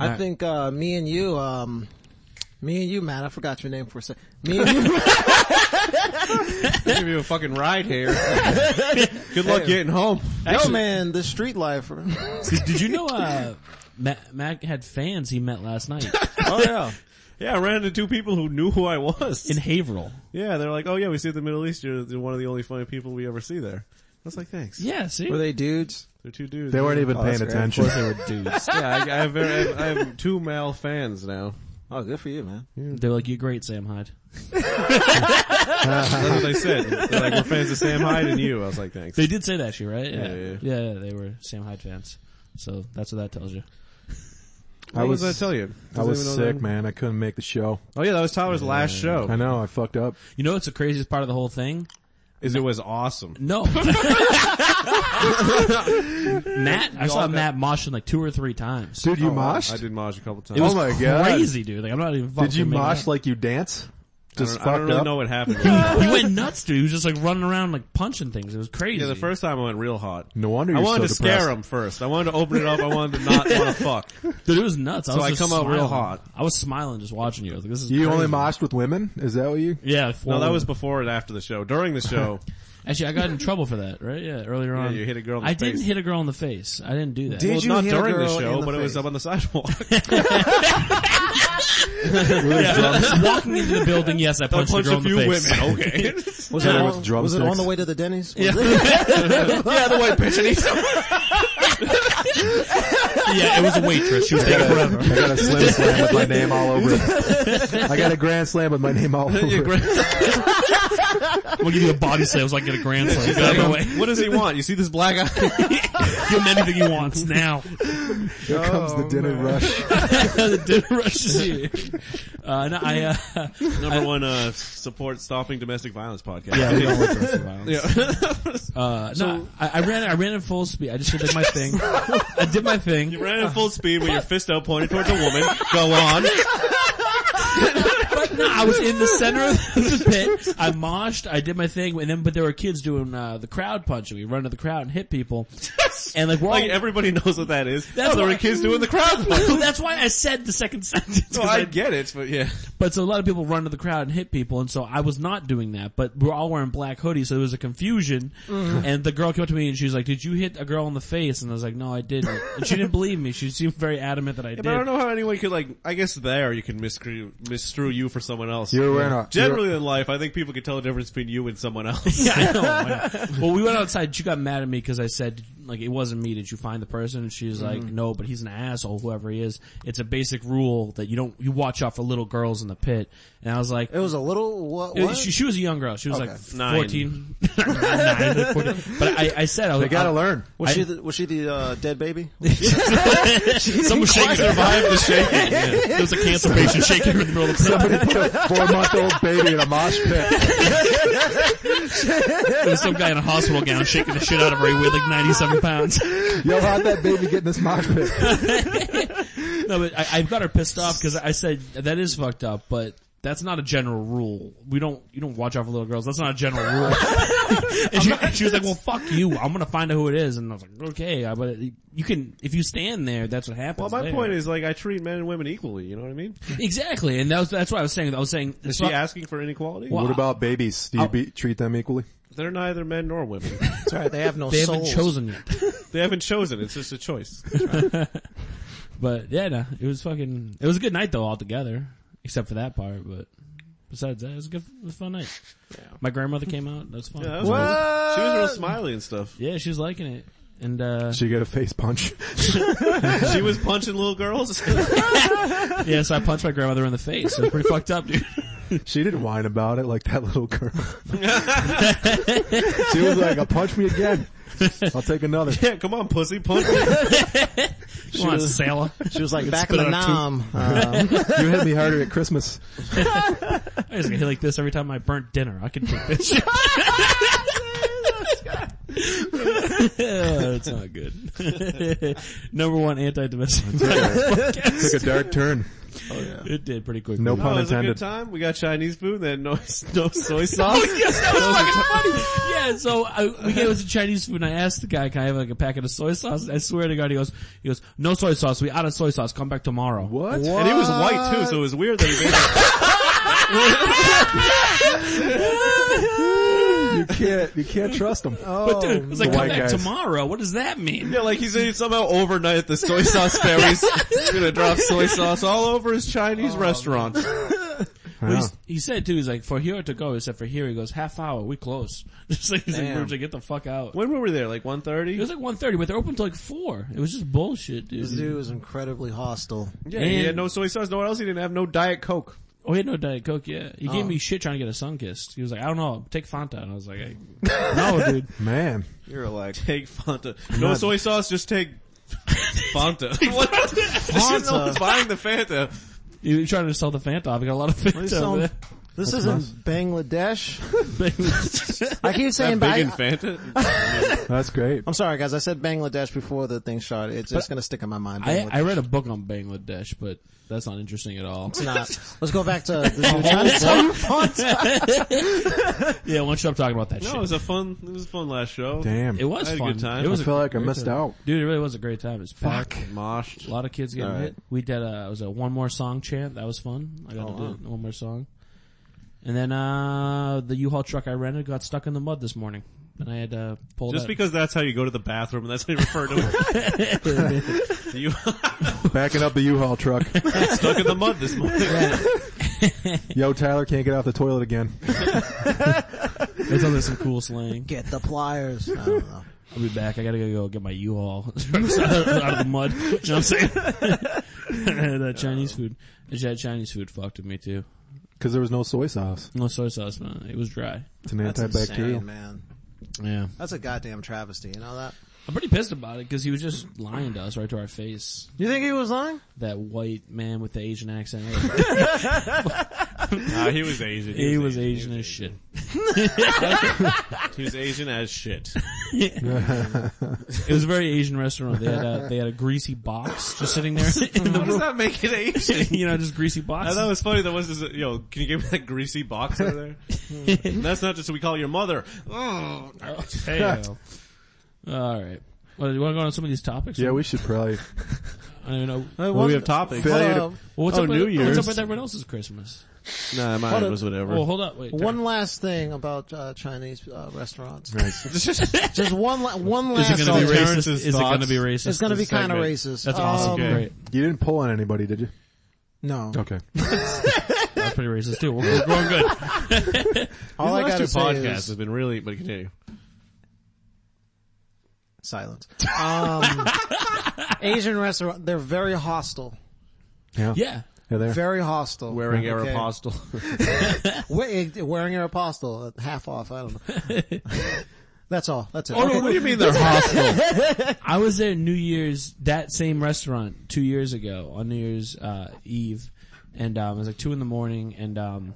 Speaker 4: I
Speaker 3: Alright.
Speaker 4: think uh, me and you, um, me and you, Matt. I forgot your name for a second. Me and you,
Speaker 2: I'll give you a fucking ride here. good luck getting home.
Speaker 4: yo man, the street lifer.
Speaker 3: Did, did you know uh, Matt, Matt had fans he met last night
Speaker 2: Oh yeah. Yeah, I ran into two people who knew who I was.
Speaker 3: in Haverhill?
Speaker 2: yeah, they're like, oh yeah, we see you at the Middle East. You're the- one of the only funny people we ever see there. I was like, thanks.
Speaker 3: Yeah, see,
Speaker 4: Were they dudes?
Speaker 2: They're two dudes.
Speaker 1: They weren't even
Speaker 4: Oh, that's
Speaker 1: paying
Speaker 4: great.
Speaker 1: attention.
Speaker 3: dudes.
Speaker 2: yeah, I, I, have very, I, have, I have two male fans now.
Speaker 4: Oh, good for you, man.
Speaker 3: They're like, "You're great, Sam Hyde."
Speaker 2: That's what they said. They're like, we're fans of Sam Hyde and you. I was like, thanks.
Speaker 3: They did say that actually, right? Yeah,
Speaker 2: yeah,
Speaker 3: yeah, yeah, they were Sam Hyde fans. So that's what that tells you.
Speaker 1: I
Speaker 2: What was,
Speaker 1: was,
Speaker 2: I tell you?
Speaker 1: I
Speaker 2: Does
Speaker 1: was
Speaker 2: anyone know
Speaker 1: sick,
Speaker 2: that?
Speaker 1: man. I couldn't make the show.
Speaker 2: Oh yeah, that was Tyler's last show.
Speaker 1: I know. I fucked up.
Speaker 3: You know what's the craziest part of the whole thing?
Speaker 2: Is it was awesome.
Speaker 3: No. Matt, I saw Matt moshing like two or three times.
Speaker 1: Dude, you
Speaker 2: Oh, I-
Speaker 1: moshed?
Speaker 2: I did mosh a couple times.
Speaker 3: It was
Speaker 1: oh my God.
Speaker 3: crazy, dude. Like I'm not even. fucking
Speaker 1: Did you
Speaker 3: making
Speaker 1: mosh
Speaker 3: it
Speaker 1: like you dance?
Speaker 2: I
Speaker 1: Just
Speaker 2: don't, I don't
Speaker 1: fucked
Speaker 2: really
Speaker 1: up?
Speaker 2: know what happened.
Speaker 3: up. he went nuts, dude. He was just like running around, like punching things. It was crazy.
Speaker 2: yeah, the first time I went real hot.
Speaker 1: No wonder
Speaker 2: I
Speaker 1: you're
Speaker 2: wanted
Speaker 1: so
Speaker 2: to scare
Speaker 1: depressed.
Speaker 2: him first. I wanted to open it up. I wanted to not want to fuck.
Speaker 3: dude, it was nuts. I was
Speaker 2: I
Speaker 3: just
Speaker 2: come out
Speaker 3: smiling.
Speaker 2: real hot.
Speaker 3: I was smiling just watching you. I was like, this is
Speaker 1: You
Speaker 3: crazy.
Speaker 1: only moshed with women? Is that what you?
Speaker 3: Yeah,
Speaker 2: No, that
Speaker 3: forward.
Speaker 2: was before and after the show. During the show,
Speaker 3: actually I got in trouble for that, right? Yeah, earlier on.
Speaker 2: you hit a girl in the
Speaker 3: I didn't
Speaker 2: face.
Speaker 3: hit a girl in the face. I didn't do that.
Speaker 4: Did
Speaker 2: well,
Speaker 4: you
Speaker 2: not
Speaker 4: hit a
Speaker 2: during the
Speaker 4: girl
Speaker 2: show,
Speaker 4: in the
Speaker 2: but it was
Speaker 4: face?
Speaker 2: up on the sidewalk.
Speaker 3: Walking into the building, yes, I
Speaker 2: I
Speaker 3: punched a
Speaker 2: punched
Speaker 3: girl
Speaker 2: a
Speaker 3: in the
Speaker 2: few
Speaker 3: face.
Speaker 2: women. Okay,
Speaker 4: Was,
Speaker 1: Yeah,
Speaker 4: it,
Speaker 1: with
Speaker 4: on, Uh, was
Speaker 1: drumsticks.
Speaker 4: it on the way to the Denny's? Was
Speaker 3: Yeah.
Speaker 4: it-
Speaker 2: yeah, the white bitch.
Speaker 3: yeah, it was a waitress. She was
Speaker 1: I
Speaker 3: taking
Speaker 1: got,
Speaker 3: forever.
Speaker 1: a, I got a slim slam with my name all over it. I got a grand slam with my name all over it.
Speaker 3: We'll give you a body slam so I can get a grand slam. Get out of my way.
Speaker 2: what does he want? You see this black eye?
Speaker 3: Give him anything he wants now.
Speaker 1: Here comes the dinner rush.
Speaker 3: the dinner rush is here. Uh, no, I, uh,
Speaker 2: Number one uh, support stopping domestic violence podcast.
Speaker 3: yeah, we don't like domestic violence.
Speaker 2: Yeah.
Speaker 3: Uh, no, I, I ran, I ran at full speed. I just did my thing. I did my thing.
Speaker 2: Ran at full speed with your fist out pointed towards a woman. Go on.
Speaker 3: No, I was in the center of the pit. I moshed. I did my thing, and then but there were kids doing uh, the crowd punching. We run into the crowd and hit people, and like we're all.
Speaker 2: Like everybody knows what that is.
Speaker 3: That's
Speaker 2: That's oh, there
Speaker 3: why-
Speaker 2: were kids doing the crowd. punch.
Speaker 3: that's why I said the second sentence. 'cause
Speaker 2: Well, I
Speaker 3: I-
Speaker 2: get it, but yeah.
Speaker 3: but so a lot of people run to the crowd and hit people, and so I was not doing that. But we're all wearing black hoodies, so there was a confusion.
Speaker 2: Mm-hmm.
Speaker 3: And the girl came up to me and she was like, "Did you hit a girl in the face?" And I was like, "No, I didn't." And she didn't believe me. She seemed very adamant that I did.
Speaker 2: But I don't know how anyone could like. I guess there you can miscrew, misstrew you for someone else.
Speaker 1: You're wearing a-
Speaker 2: Generally in life, I think people can tell the difference between you and someone else.
Speaker 3: Yeah, I know. I know. well, we went outside. She got mad at me because I said, like, it wasn't me. Did you find the person? And she's like, no, but he's an asshole, whoever he is. It's a basic rule that you don't, you watch out for little girls in the pit. And I was like,
Speaker 4: It was a little what? what?
Speaker 3: She, she was a young girl. She was
Speaker 4: Okay.
Speaker 3: like
Speaker 2: Nine.
Speaker 3: 14. Nine, 14. But I, I said, I was
Speaker 1: They gotta
Speaker 3: I-
Speaker 1: learn.
Speaker 4: was
Speaker 3: I-
Speaker 4: she the, was she the uh, dead baby?
Speaker 3: Someone shaking her vibe the shaking. There was a cancer patient shaking her in the middle of the
Speaker 1: Somebody put a four month old baby in a mosh pit.
Speaker 3: There was some guy in a hospital gown shaking the shit out of her. He weighed like 97 pounds.
Speaker 1: Yo, how'd that baby get in this mosh pit?
Speaker 3: No, but I, I got her pissed off because I said that is fucked up, but that's not a general rule. We don't, you don't watch out for little girls. That's not a general rule. and she, and she was like, well fuck you. I'm gonna find out who it is. And I was like, okay, I- but you can, if you stand there, that's what happens.
Speaker 2: well, my
Speaker 3: there.
Speaker 2: point is like I treat men and women equally. You know what I mean?
Speaker 3: Exactly. And that was, that's what I was saying. I was saying,
Speaker 2: Is she asking for inequality?
Speaker 3: Well,
Speaker 1: What about babies? Do you be, treat them equally?
Speaker 2: They're neither men nor women.
Speaker 4: That's right. They have no
Speaker 3: they
Speaker 4: souls.
Speaker 3: haven't chosen yet.
Speaker 2: they haven't chosen. It's just a choice.
Speaker 3: But yeah, no, it was fucking, it was a good night though altogether. Except for that part, but besides that, it was a good, it was a fun night. My grandmother came out. That was fun.
Speaker 2: Yeah, that was cool. She was real smiley and stuff.
Speaker 3: Yeah, she was liking it. and uh,
Speaker 1: So you get a face punch.
Speaker 2: she was punching little girls.
Speaker 3: yeah, so I punched my grandmother in the face. It was pretty fucked up, dude.
Speaker 1: She didn't whine about it like that little girl. she was like, "Uh, punch me again. I'll take another.
Speaker 2: yeah, come on, pussy, punch. me.
Speaker 3: Come on, sailor.
Speaker 4: She was like, back in
Speaker 3: spit
Speaker 4: the
Speaker 3: out a tooth.
Speaker 4: nom. Um,
Speaker 1: You hit me harder at Christmas.
Speaker 3: I just get hit like this every time I burnt dinner. I can take this shit. That's not good. Number one anti-domestic.
Speaker 1: Took a dark turn.
Speaker 3: It did pretty quickly.
Speaker 1: No
Speaker 2: Oh,
Speaker 1: pun
Speaker 2: it was a good
Speaker 1: intended.
Speaker 2: time. Oh, We got Chinese food, then no, no soy sauce.
Speaker 3: Yeah, so I, we get into Chinese food and I asked the guy, can I have like a packet of soy sauce? I swear to God, he goes, he goes, no soy sauce, we out of soy sauce, come back tomorrow.
Speaker 1: What?
Speaker 2: And he was white too, so it was weird that he made that.
Speaker 1: You can't, you can't trust him.
Speaker 2: Oh.
Speaker 3: But dude, it was like,
Speaker 1: The
Speaker 3: come
Speaker 1: white
Speaker 3: back
Speaker 1: guys.
Speaker 3: tomorrow, what does that mean?
Speaker 2: Yeah, like he said, somehow overnight at the soy sauce fairies, he's gonna drop soy sauce all over his Chinese restaurant.
Speaker 3: But he's- He said too, he's like, for here to go, he said for here, he goes, half hour, we close. It's like, he's like,
Speaker 4: Damn.
Speaker 3: "Virgil, get the fuck out.
Speaker 2: When were we there? Like
Speaker 3: It
Speaker 2: 1.30?
Speaker 3: was like 1.30, but they're open till like 4. It was just bullshit, dude.
Speaker 4: this dude was incredibly hostile.
Speaker 2: Yeah, he had
Speaker 3: And-
Speaker 2: no soy sauce. No, what else? He didn't have no Diet Coke.
Speaker 3: Oh, he had no Diet Coke, yeah. He
Speaker 2: Oh.
Speaker 3: gave me shit trying to get a Sunkist. He was like, I don't know, take Fanta. And I was like, I, no dude.
Speaker 1: Man.
Speaker 2: You're like, take Fanta. No soy sauce, just take Fanta. what?
Speaker 4: Fanta.
Speaker 2: Fanta. buying the Fanta.
Speaker 3: He was trying to sell the Fanta. I got a lot of Fanta
Speaker 4: So,
Speaker 3: over there.
Speaker 4: this isn't Bangladesh.
Speaker 3: Bangladesh.
Speaker 4: I keep saying
Speaker 2: Big in
Speaker 4: Bang.
Speaker 2: Fanta.
Speaker 1: That's great.
Speaker 4: I'm sorry, guys. I said Bangladesh before the thing shot. It's just gonna stick in my mind.
Speaker 3: I,
Speaker 4: Bangladesh.
Speaker 3: I read a book on Bangladesh, but that's not interesting at all.
Speaker 4: It's not. Let's go back to the new Chinatown font.
Speaker 3: yeah, why don't you stop talking about that
Speaker 2: No, it
Speaker 3: shit?
Speaker 2: was a fun, it was a fun last show.
Speaker 1: Damn.
Speaker 3: it was
Speaker 2: I had a
Speaker 3: fun.
Speaker 2: good time.
Speaker 3: It
Speaker 1: I
Speaker 3: was a,
Speaker 1: feel like I missed out.
Speaker 3: dude, it really was a great time. It was packed.
Speaker 2: Moshed.
Speaker 3: A lot of kids getting
Speaker 2: All right.
Speaker 3: hit. We did a, it was a one more song chant. That was fun. I got to do one more song. And then, uh, the U-Haul truck I rented got stuck in the mud this morning. And I had to pull
Speaker 2: Just
Speaker 3: that-
Speaker 2: because that's how you go to the bathroom and that's how you refer to it. you
Speaker 1: Backing up the U-Haul truck.
Speaker 2: stuck in the mud this morning.
Speaker 1: Yo, Tyler can't get off the toilet again.
Speaker 3: It's under some cool slang.
Speaker 4: Get the pliers. I don't know.
Speaker 3: I'll be back. I gotta go get my U-Haul out of the mud. You know what I'm saying? and, uh, Chinese food. And She had Chinese food fucked with me too.
Speaker 1: Cause there was no soy sauce.
Speaker 3: No soy sauce, man. It was dry.
Speaker 1: It's an
Speaker 4: That's
Speaker 1: antibacterial.
Speaker 4: insane, man.
Speaker 3: Yeah.
Speaker 4: That's a goddamn travesty. You know that.
Speaker 3: I'm pretty pissed about it because he was just lying to us right to our face.
Speaker 4: You think he was lying?
Speaker 3: That white man with the Asian accent.
Speaker 2: Nah, he was Asian.
Speaker 3: he was Asian as shit.
Speaker 2: He was Asian as shit.
Speaker 3: It was a very Asian restaurant. They had a, they had a greasy box just sitting there in the
Speaker 2: How does that make it Asian?
Speaker 3: room. You know, just greasy
Speaker 2: I
Speaker 3: box.
Speaker 2: thought it was funny. That was just, yo, can you give me that greasy box over there? And that's not just what we call your mother. Oh,
Speaker 3: Alright. Well, do you want to go on some of these topics?
Speaker 1: Yeah, we should probably.
Speaker 3: I don't even know.
Speaker 4: It
Speaker 2: well, we
Speaker 4: wasn't-
Speaker 2: have topics.
Speaker 1: Failure
Speaker 4: Hold
Speaker 1: to-
Speaker 4: up.
Speaker 3: Well, what's
Speaker 2: Oh,
Speaker 3: up
Speaker 2: New
Speaker 3: with,
Speaker 2: Year's.
Speaker 3: What's up with everyone else's Christmas?
Speaker 2: Nah, mine was whatever.
Speaker 3: Well, hold up. Wait. Tyler.
Speaker 4: One last thing about uh, Chinese uh, restaurants.
Speaker 2: That's
Speaker 4: Just one, la- one
Speaker 3: Is
Speaker 4: last.
Speaker 3: it going to be
Speaker 4: thing.
Speaker 3: racist?
Speaker 2: Terrence's
Speaker 3: Is it going to
Speaker 2: thoughts.
Speaker 3: be racist?
Speaker 4: It's gonna be
Speaker 3: This
Speaker 4: kind of
Speaker 3: segment.
Speaker 4: racist.
Speaker 3: That's awesome.
Speaker 4: Um,
Speaker 3: Great.
Speaker 1: You didn't pull on anybody, did you?
Speaker 4: No.
Speaker 1: Okay.
Speaker 3: That's pretty racist too. We're, we're going good.
Speaker 4: All I
Speaker 2: last
Speaker 4: gotta
Speaker 2: two
Speaker 4: say
Speaker 2: podcasts
Speaker 4: is
Speaker 2: have been really, but continue.
Speaker 4: silence. Um, Asian restaurant, they're very hostile.
Speaker 1: Yeah.
Speaker 3: Yeah.
Speaker 1: Yeah, there.
Speaker 4: Very hostile.
Speaker 2: Wearing
Speaker 4: Okay.
Speaker 2: Aeropostale.
Speaker 4: We- Wearing Aeropostale, Uh, half off, I don't know. That's all, that's it.
Speaker 3: Oh,
Speaker 4: Okay.
Speaker 3: no,
Speaker 2: what do you mean they're hostile?
Speaker 3: I was there New Year's that same restaurant two years ago on New Year's uh, Eve, and um, it was like two in the morning, and um,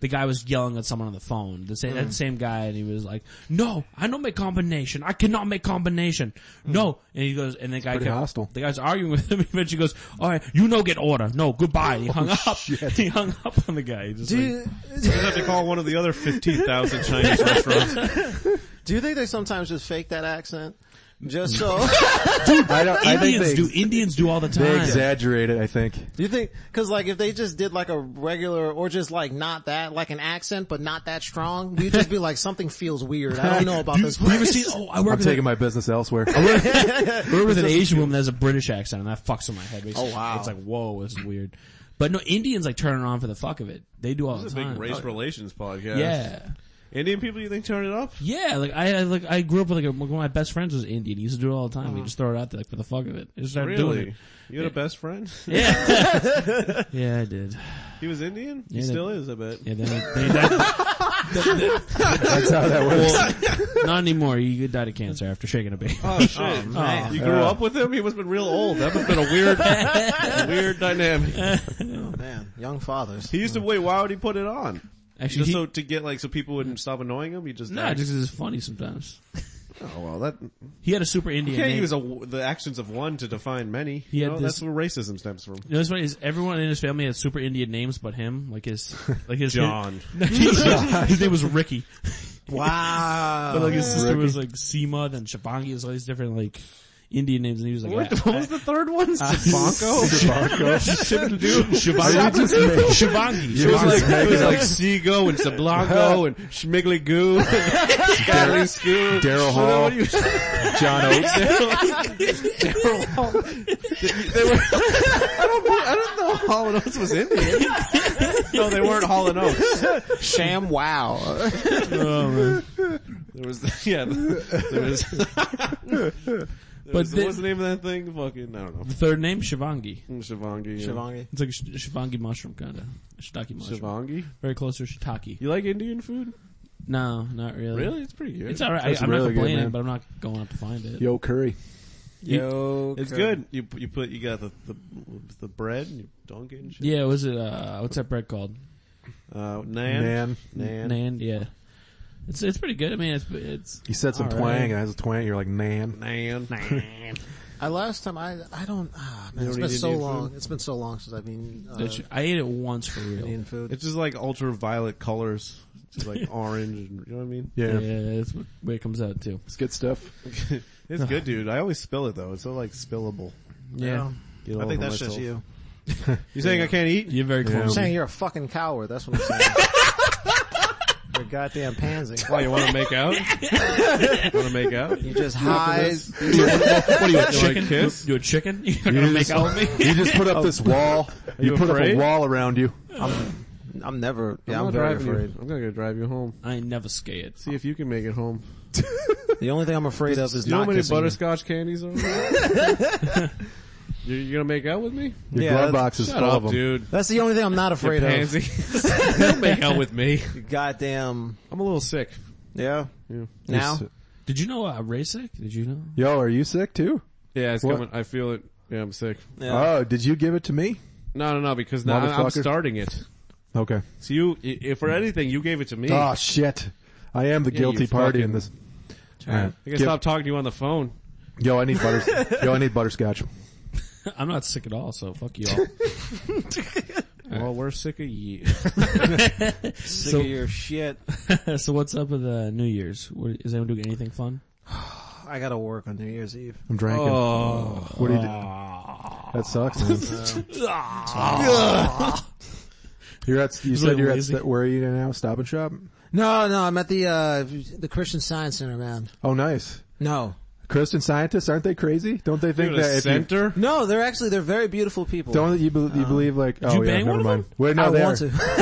Speaker 3: the guy was yelling at someone on the phone. The same that
Speaker 1: Mm.
Speaker 3: same guy, and he was like, "No, I don't make combination. I cannot make combination. No." And he goes, and the
Speaker 1: Mm.
Speaker 3: guy
Speaker 1: pretty
Speaker 3: kept-
Speaker 1: hostile.
Speaker 3: The guy's arguing with him. Eventually goes, "All right, you no get order. No goodbye."
Speaker 1: Oh,
Speaker 3: He hung up. He hung up on the guy. He just
Speaker 4: Do
Speaker 3: like-
Speaker 2: You
Speaker 4: you,
Speaker 2: have to call one of the other 15,000 Chinese restaurants.
Speaker 4: do you think they sometimes just fake that accent? Just so,
Speaker 1: I don't. I think
Speaker 3: Indians
Speaker 1: they,
Speaker 3: do. Indians do all the time.
Speaker 1: they exaggerate it. I think.
Speaker 4: do you think, cause like if they just did like a regular, or just like not that, like an accent, but not that strong, we'd just be like, something feels weird, I don't know about
Speaker 3: You,
Speaker 4: this
Speaker 3: you ever see?
Speaker 4: place.
Speaker 3: Oh, I work
Speaker 1: I'm
Speaker 3: with a-
Speaker 1: taking my business elsewhere.
Speaker 3: I work with an Asian woman that has a British accent, and that fucks with my head. Basically.
Speaker 4: Oh, wow.
Speaker 3: It's like, whoa, this is weird. But no, Indians like turn it on for the fuck of it. They do all
Speaker 2: This
Speaker 3: the
Speaker 2: is a
Speaker 3: time. Oh,
Speaker 2: big race relations podcast.
Speaker 3: yeah.
Speaker 2: Indian people, you think turn it up?
Speaker 3: Yeah, like I, I like I grew up with like a, one of my best friends was Indian. He used to do it all the time. We just throw it out there like for the fuck of it. Just started doing
Speaker 2: Uh-huh. Really?
Speaker 3: it.
Speaker 2: You had a best friend?
Speaker 3: Yeah, yeah, I did.
Speaker 2: He was Indian? He
Speaker 3: Yeah,
Speaker 2: still
Speaker 3: they-
Speaker 2: is, I bet.
Speaker 3: Yeah, then, then he died.
Speaker 1: That's how that works.
Speaker 3: Not anymore. He died of cancer after shaking a baby.
Speaker 2: Oh shit. you grew
Speaker 1: Yeah.
Speaker 2: up with him? He must have been real old. That must have been a weird, weird dynamic.
Speaker 4: Oh, Man, young fathers.
Speaker 2: He used to, wait, why would he put it on?
Speaker 3: Actually,
Speaker 2: Just
Speaker 3: he,
Speaker 2: so to get like, so people wouldn't stop annoying him? He just,
Speaker 3: nah,
Speaker 2: died?
Speaker 3: just 'cause it's funny sometimes.
Speaker 2: oh well, that,
Speaker 3: He had a super Indian
Speaker 2: can't
Speaker 3: name.
Speaker 2: use a, the actions of one to define many.
Speaker 3: He
Speaker 2: you
Speaker 3: had
Speaker 2: know?
Speaker 3: this-
Speaker 2: That's where racism stems from.
Speaker 3: you know what's funny is everyone in his family had super Indian names, but him, like his, like his
Speaker 2: John.
Speaker 3: his, his name was Ricky.
Speaker 4: Wow.
Speaker 3: But like his sister was like Seema, then Shabangi, there's all these different like Indian names, and he was like,
Speaker 2: What,
Speaker 3: "Ah,
Speaker 2: what was the third one? Shibonko?
Speaker 1: You
Speaker 2: Shibanko?
Speaker 1: just make-
Speaker 3: Shivangi.
Speaker 1: you
Speaker 2: It was
Speaker 1: just
Speaker 2: like, it
Speaker 1: make
Speaker 2: was
Speaker 1: it up.
Speaker 2: like Seago and Sablanco and Schmiggly Goo and Scatterly Scoo.
Speaker 1: Daryl Hall.
Speaker 2: What do you-
Speaker 1: John Oates.
Speaker 2: Daryl Hall. They were, I don't, know- I don't know Hall and Oates was Indian. No, they weren't Hall and Oates.
Speaker 4: Sham Wow.
Speaker 3: Oh,
Speaker 2: There was, yeah, there was,
Speaker 3: But
Speaker 2: what was the
Speaker 3: the,
Speaker 2: name of that thing? Fucking, I don't know.
Speaker 3: the third name, Shivangi.
Speaker 2: Shivangi. yeah.
Speaker 4: Shivangi.
Speaker 3: It's like sh- Shivangi mushroom, kinda. Shiitake mushroom.
Speaker 2: Shivangi?
Speaker 3: Very close to shiitake.
Speaker 2: You like Indian food?
Speaker 3: No, not really.
Speaker 2: Really? It's pretty good.
Speaker 3: It's alright.
Speaker 1: That's
Speaker 3: I- I'm
Speaker 1: really
Speaker 3: not
Speaker 1: good,
Speaker 3: complaining,
Speaker 1: man.
Speaker 3: but I'm not going out to find it.
Speaker 1: Yo, Curry.
Speaker 4: Yo,
Speaker 2: It's good. You you put you got the the, the bread and you dunk it and shit.
Speaker 3: Yeah, was it, uh, what's that bread called?
Speaker 2: Uh, nan.
Speaker 1: Nan.
Speaker 2: Nan.
Speaker 3: Nand, yeah. It's, it's pretty good. I mean, it's, it's,
Speaker 1: You said some
Speaker 3: All right.
Speaker 1: twang and it has a twang. You're like, man.
Speaker 2: Nan.
Speaker 4: I last time I I don't ah man,
Speaker 2: You
Speaker 4: it's
Speaker 2: don't
Speaker 4: been
Speaker 2: eat
Speaker 4: so
Speaker 2: Indian
Speaker 4: long. It's been so long since I've been uh,
Speaker 3: I ate it once for real.
Speaker 4: Indian food.
Speaker 2: It's just like ultraviolet colors. It's just like orange and, you know what I mean?
Speaker 1: Yeah.
Speaker 3: Yeah, that's what, where it comes out too.
Speaker 1: It's good stuff.
Speaker 2: It's good dude. I always spill it though. It's so like spillable.
Speaker 3: Yeah.
Speaker 2: Get
Speaker 4: I
Speaker 2: all
Speaker 4: think
Speaker 2: over
Speaker 4: that's just
Speaker 2: myself.
Speaker 4: you.
Speaker 2: You saying I can't eat?
Speaker 3: You're very
Speaker 4: I'm
Speaker 3: close.
Speaker 4: saying you're a fucking coward. That's what I'm saying. you're a goddamn pansy.
Speaker 2: Why you want to make out? want to make out?
Speaker 4: You just hide.
Speaker 2: What are you do I
Speaker 3: Chicken?
Speaker 2: kiss?
Speaker 3: You a chicken? You're gonna make out with me?
Speaker 1: You just put up this wall. You,
Speaker 2: you
Speaker 1: put
Speaker 2: afraid?
Speaker 1: up a wall around you.
Speaker 4: I'm never. Yeah, I'm,
Speaker 2: not
Speaker 4: very
Speaker 2: driving you.
Speaker 4: afraid.
Speaker 2: I'm gonna go drive you home.
Speaker 3: I ain't never scared.
Speaker 2: See if you can make it home.
Speaker 4: The only thing I'm afraid of is
Speaker 2: You know how
Speaker 4: not
Speaker 2: many
Speaker 4: kissing you.
Speaker 2: butterscotch candies are? you you gonna make out with me?
Speaker 1: Your
Speaker 4: Yeah,
Speaker 1: glove
Speaker 4: that's-
Speaker 1: box is
Speaker 2: Shut
Speaker 1: full
Speaker 2: up,
Speaker 1: of them.
Speaker 2: dude.
Speaker 4: That's the only thing I'm not afraid of.
Speaker 2: Pansy. Don't make out with me.
Speaker 4: You Goddamn.
Speaker 2: I'm a little sick.
Speaker 4: Yeah.
Speaker 2: Yeah,
Speaker 4: Now.
Speaker 3: Did you know uh, Rasek? Did you know?
Speaker 1: Yo, are you sick too?
Speaker 2: it's
Speaker 1: What?
Speaker 2: coming. I feel it. Yeah, I'm sick.
Speaker 4: Yeah.
Speaker 1: Oh, did you give it to me?
Speaker 2: No, no, no, because now I'm
Speaker 1: Motherfucker.
Speaker 2: starting it.
Speaker 1: Okay.
Speaker 2: So you, i- if for anything, you gave it to me.
Speaker 1: Oh shit. I am the
Speaker 2: Yeah,
Speaker 1: guilty
Speaker 2: you
Speaker 1: party
Speaker 2: fucking-
Speaker 1: in this.
Speaker 2: I
Speaker 1: Alright.
Speaker 2: can stop talking to you on the phone.
Speaker 1: Yo, I need butters. Yo, I need butterscotch.
Speaker 3: I'm not sick at all, so fuck you all.
Speaker 2: Well, Uh, we're sick of you.
Speaker 4: Sick
Speaker 3: So-
Speaker 4: of your shit.
Speaker 3: so what's up with uh, New Year's? What, is anyone doing anything fun?
Speaker 4: I gotta work on New Year's Eve.
Speaker 1: I'm drinking.
Speaker 2: Oh,
Speaker 1: what do you do? That sucks. man. you're at. You said
Speaker 3: really
Speaker 1: you're
Speaker 3: lazy.
Speaker 1: at. Where are you now? Stop and shop.
Speaker 4: No, no, I'm at the uh the Christian Science Center, man.
Speaker 1: Oh, nice.
Speaker 4: No.
Speaker 1: Christian scientists aren't they crazy? Don't they think
Speaker 2: You're the
Speaker 1: that if you-
Speaker 2: center.
Speaker 4: No, they're actually they're very beautiful people.
Speaker 1: Don't you, be, you believe like, oh
Speaker 3: you
Speaker 1: yeah,
Speaker 3: bang
Speaker 1: never
Speaker 3: one of
Speaker 1: mind. Wait, no,
Speaker 4: I
Speaker 1: they
Speaker 4: want
Speaker 1: are.
Speaker 4: to.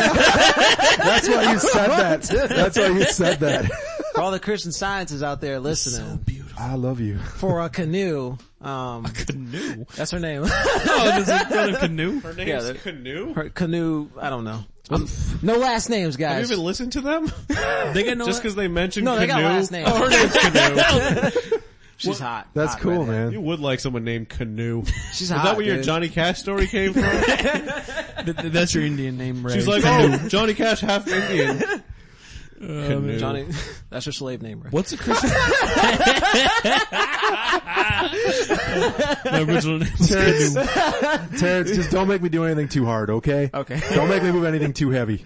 Speaker 1: That's why you said that. That's why you said that.
Speaker 4: For all the Christian scientists out there listening.
Speaker 1: I love you.
Speaker 4: For a canoe. Um
Speaker 3: Canoe.
Speaker 4: that's her name.
Speaker 3: oh, does it go to canoe?
Speaker 2: Her name
Speaker 4: they're-
Speaker 2: Canoe.
Speaker 4: her canoe I don't know. I'm- no last names,
Speaker 2: Have
Speaker 4: guys.
Speaker 2: you even listened to them?
Speaker 3: They got no.
Speaker 2: Just because they mentioned
Speaker 4: No,
Speaker 2: Canoe.
Speaker 4: they got last names.
Speaker 2: Oh, her name's Canoe.
Speaker 4: She's hot.
Speaker 1: That's
Speaker 4: Hot
Speaker 1: cool,
Speaker 4: redhead.
Speaker 1: man.
Speaker 2: you would like someone named Canoe.
Speaker 4: She's
Speaker 2: Is
Speaker 4: hot.
Speaker 2: that where your
Speaker 4: dude.
Speaker 2: Johnny Cash story came from?
Speaker 3: th- th- that's your Indian name, right?
Speaker 2: She's like, oh, Johnny Cash half Indian.
Speaker 4: Oh,
Speaker 2: Canoe.
Speaker 4: Johnny that's your slave name, right?
Speaker 3: What's a Christian? My original name was
Speaker 1: Terrence,
Speaker 3: Canoe.
Speaker 1: Terrence, just don't make me do anything too hard, okay?
Speaker 4: Okay.
Speaker 1: Don't make me move anything too heavy.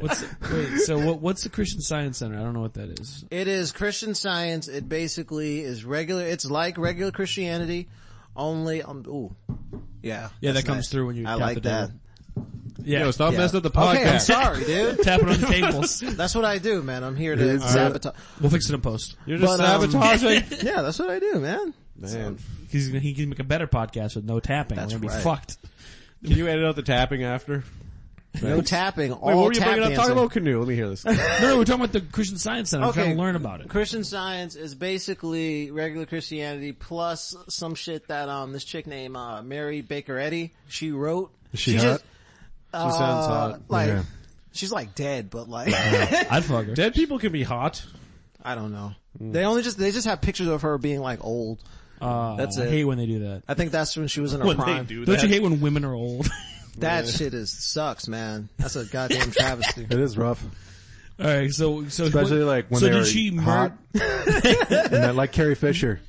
Speaker 3: What's, wait, so what, what's the Christian Science Center? I don't know what that is.
Speaker 4: It is Christian science. It basically is regular. It's like regular Christianity, only um. Ooh, yeah,
Speaker 3: Yeah,
Speaker 4: that's
Speaker 3: that comes
Speaker 4: nice.
Speaker 3: through when you
Speaker 4: I
Speaker 3: tap
Speaker 4: like
Speaker 3: the
Speaker 4: that.
Speaker 3: table.
Speaker 2: Yo,
Speaker 3: Yeah,
Speaker 2: stop
Speaker 4: Yeah.
Speaker 2: messing up the
Speaker 4: Okay, I'm
Speaker 2: podcast.
Speaker 4: sorry, dude.
Speaker 3: tapping on the tables.
Speaker 4: That's what I do, man. I'm here to sabotage.
Speaker 3: We'll fix it in post.
Speaker 2: You're just
Speaker 4: But, um,
Speaker 2: sabotaging.
Speaker 4: Yeah, that's what I do, man.
Speaker 2: Man,
Speaker 3: He's gonna, he can make a better podcast with no tapping.
Speaker 4: That's
Speaker 3: We're gonna
Speaker 4: right.
Speaker 3: be fucked.
Speaker 2: can you edit out the tapping after?
Speaker 4: No tapping. All
Speaker 2: Wait, what were you
Speaker 4: tap
Speaker 2: bringing up?
Speaker 4: dancing.
Speaker 2: Talking about canoe. Let me hear this.
Speaker 3: No, no, we're talking about the Christian Science Center. I'm trying to learn about it.
Speaker 4: Christian science is basically regular Christianity plus some shit that um this chick named uh, Mary Baker Eddy she wrote.
Speaker 1: she hot?
Speaker 4: just
Speaker 2: She sounds
Speaker 4: uh,
Speaker 2: hot.
Speaker 4: Like
Speaker 1: Yeah.
Speaker 4: she's like dead, but like
Speaker 3: I'd fuck her.
Speaker 2: Dead people can be hot.
Speaker 4: I don't know.
Speaker 2: Hmm.
Speaker 4: They only just they just have pictures of her being like old.
Speaker 3: Uh,
Speaker 4: That's
Speaker 3: I
Speaker 4: it.
Speaker 3: hate when they do that.
Speaker 4: I think that's when she was in her
Speaker 2: When they
Speaker 4: prime.
Speaker 2: do
Speaker 3: Don't
Speaker 2: that.
Speaker 3: you hate when women are old?
Speaker 4: That shit is sucks, man. That's a goddamn travesty.
Speaker 1: It is rough,
Speaker 3: All right, so so
Speaker 1: especially
Speaker 3: what-
Speaker 1: like when
Speaker 3: so
Speaker 1: they
Speaker 3: did
Speaker 1: are
Speaker 3: she
Speaker 1: hot.
Speaker 3: merge?
Speaker 1: and I like Carrie Fisher.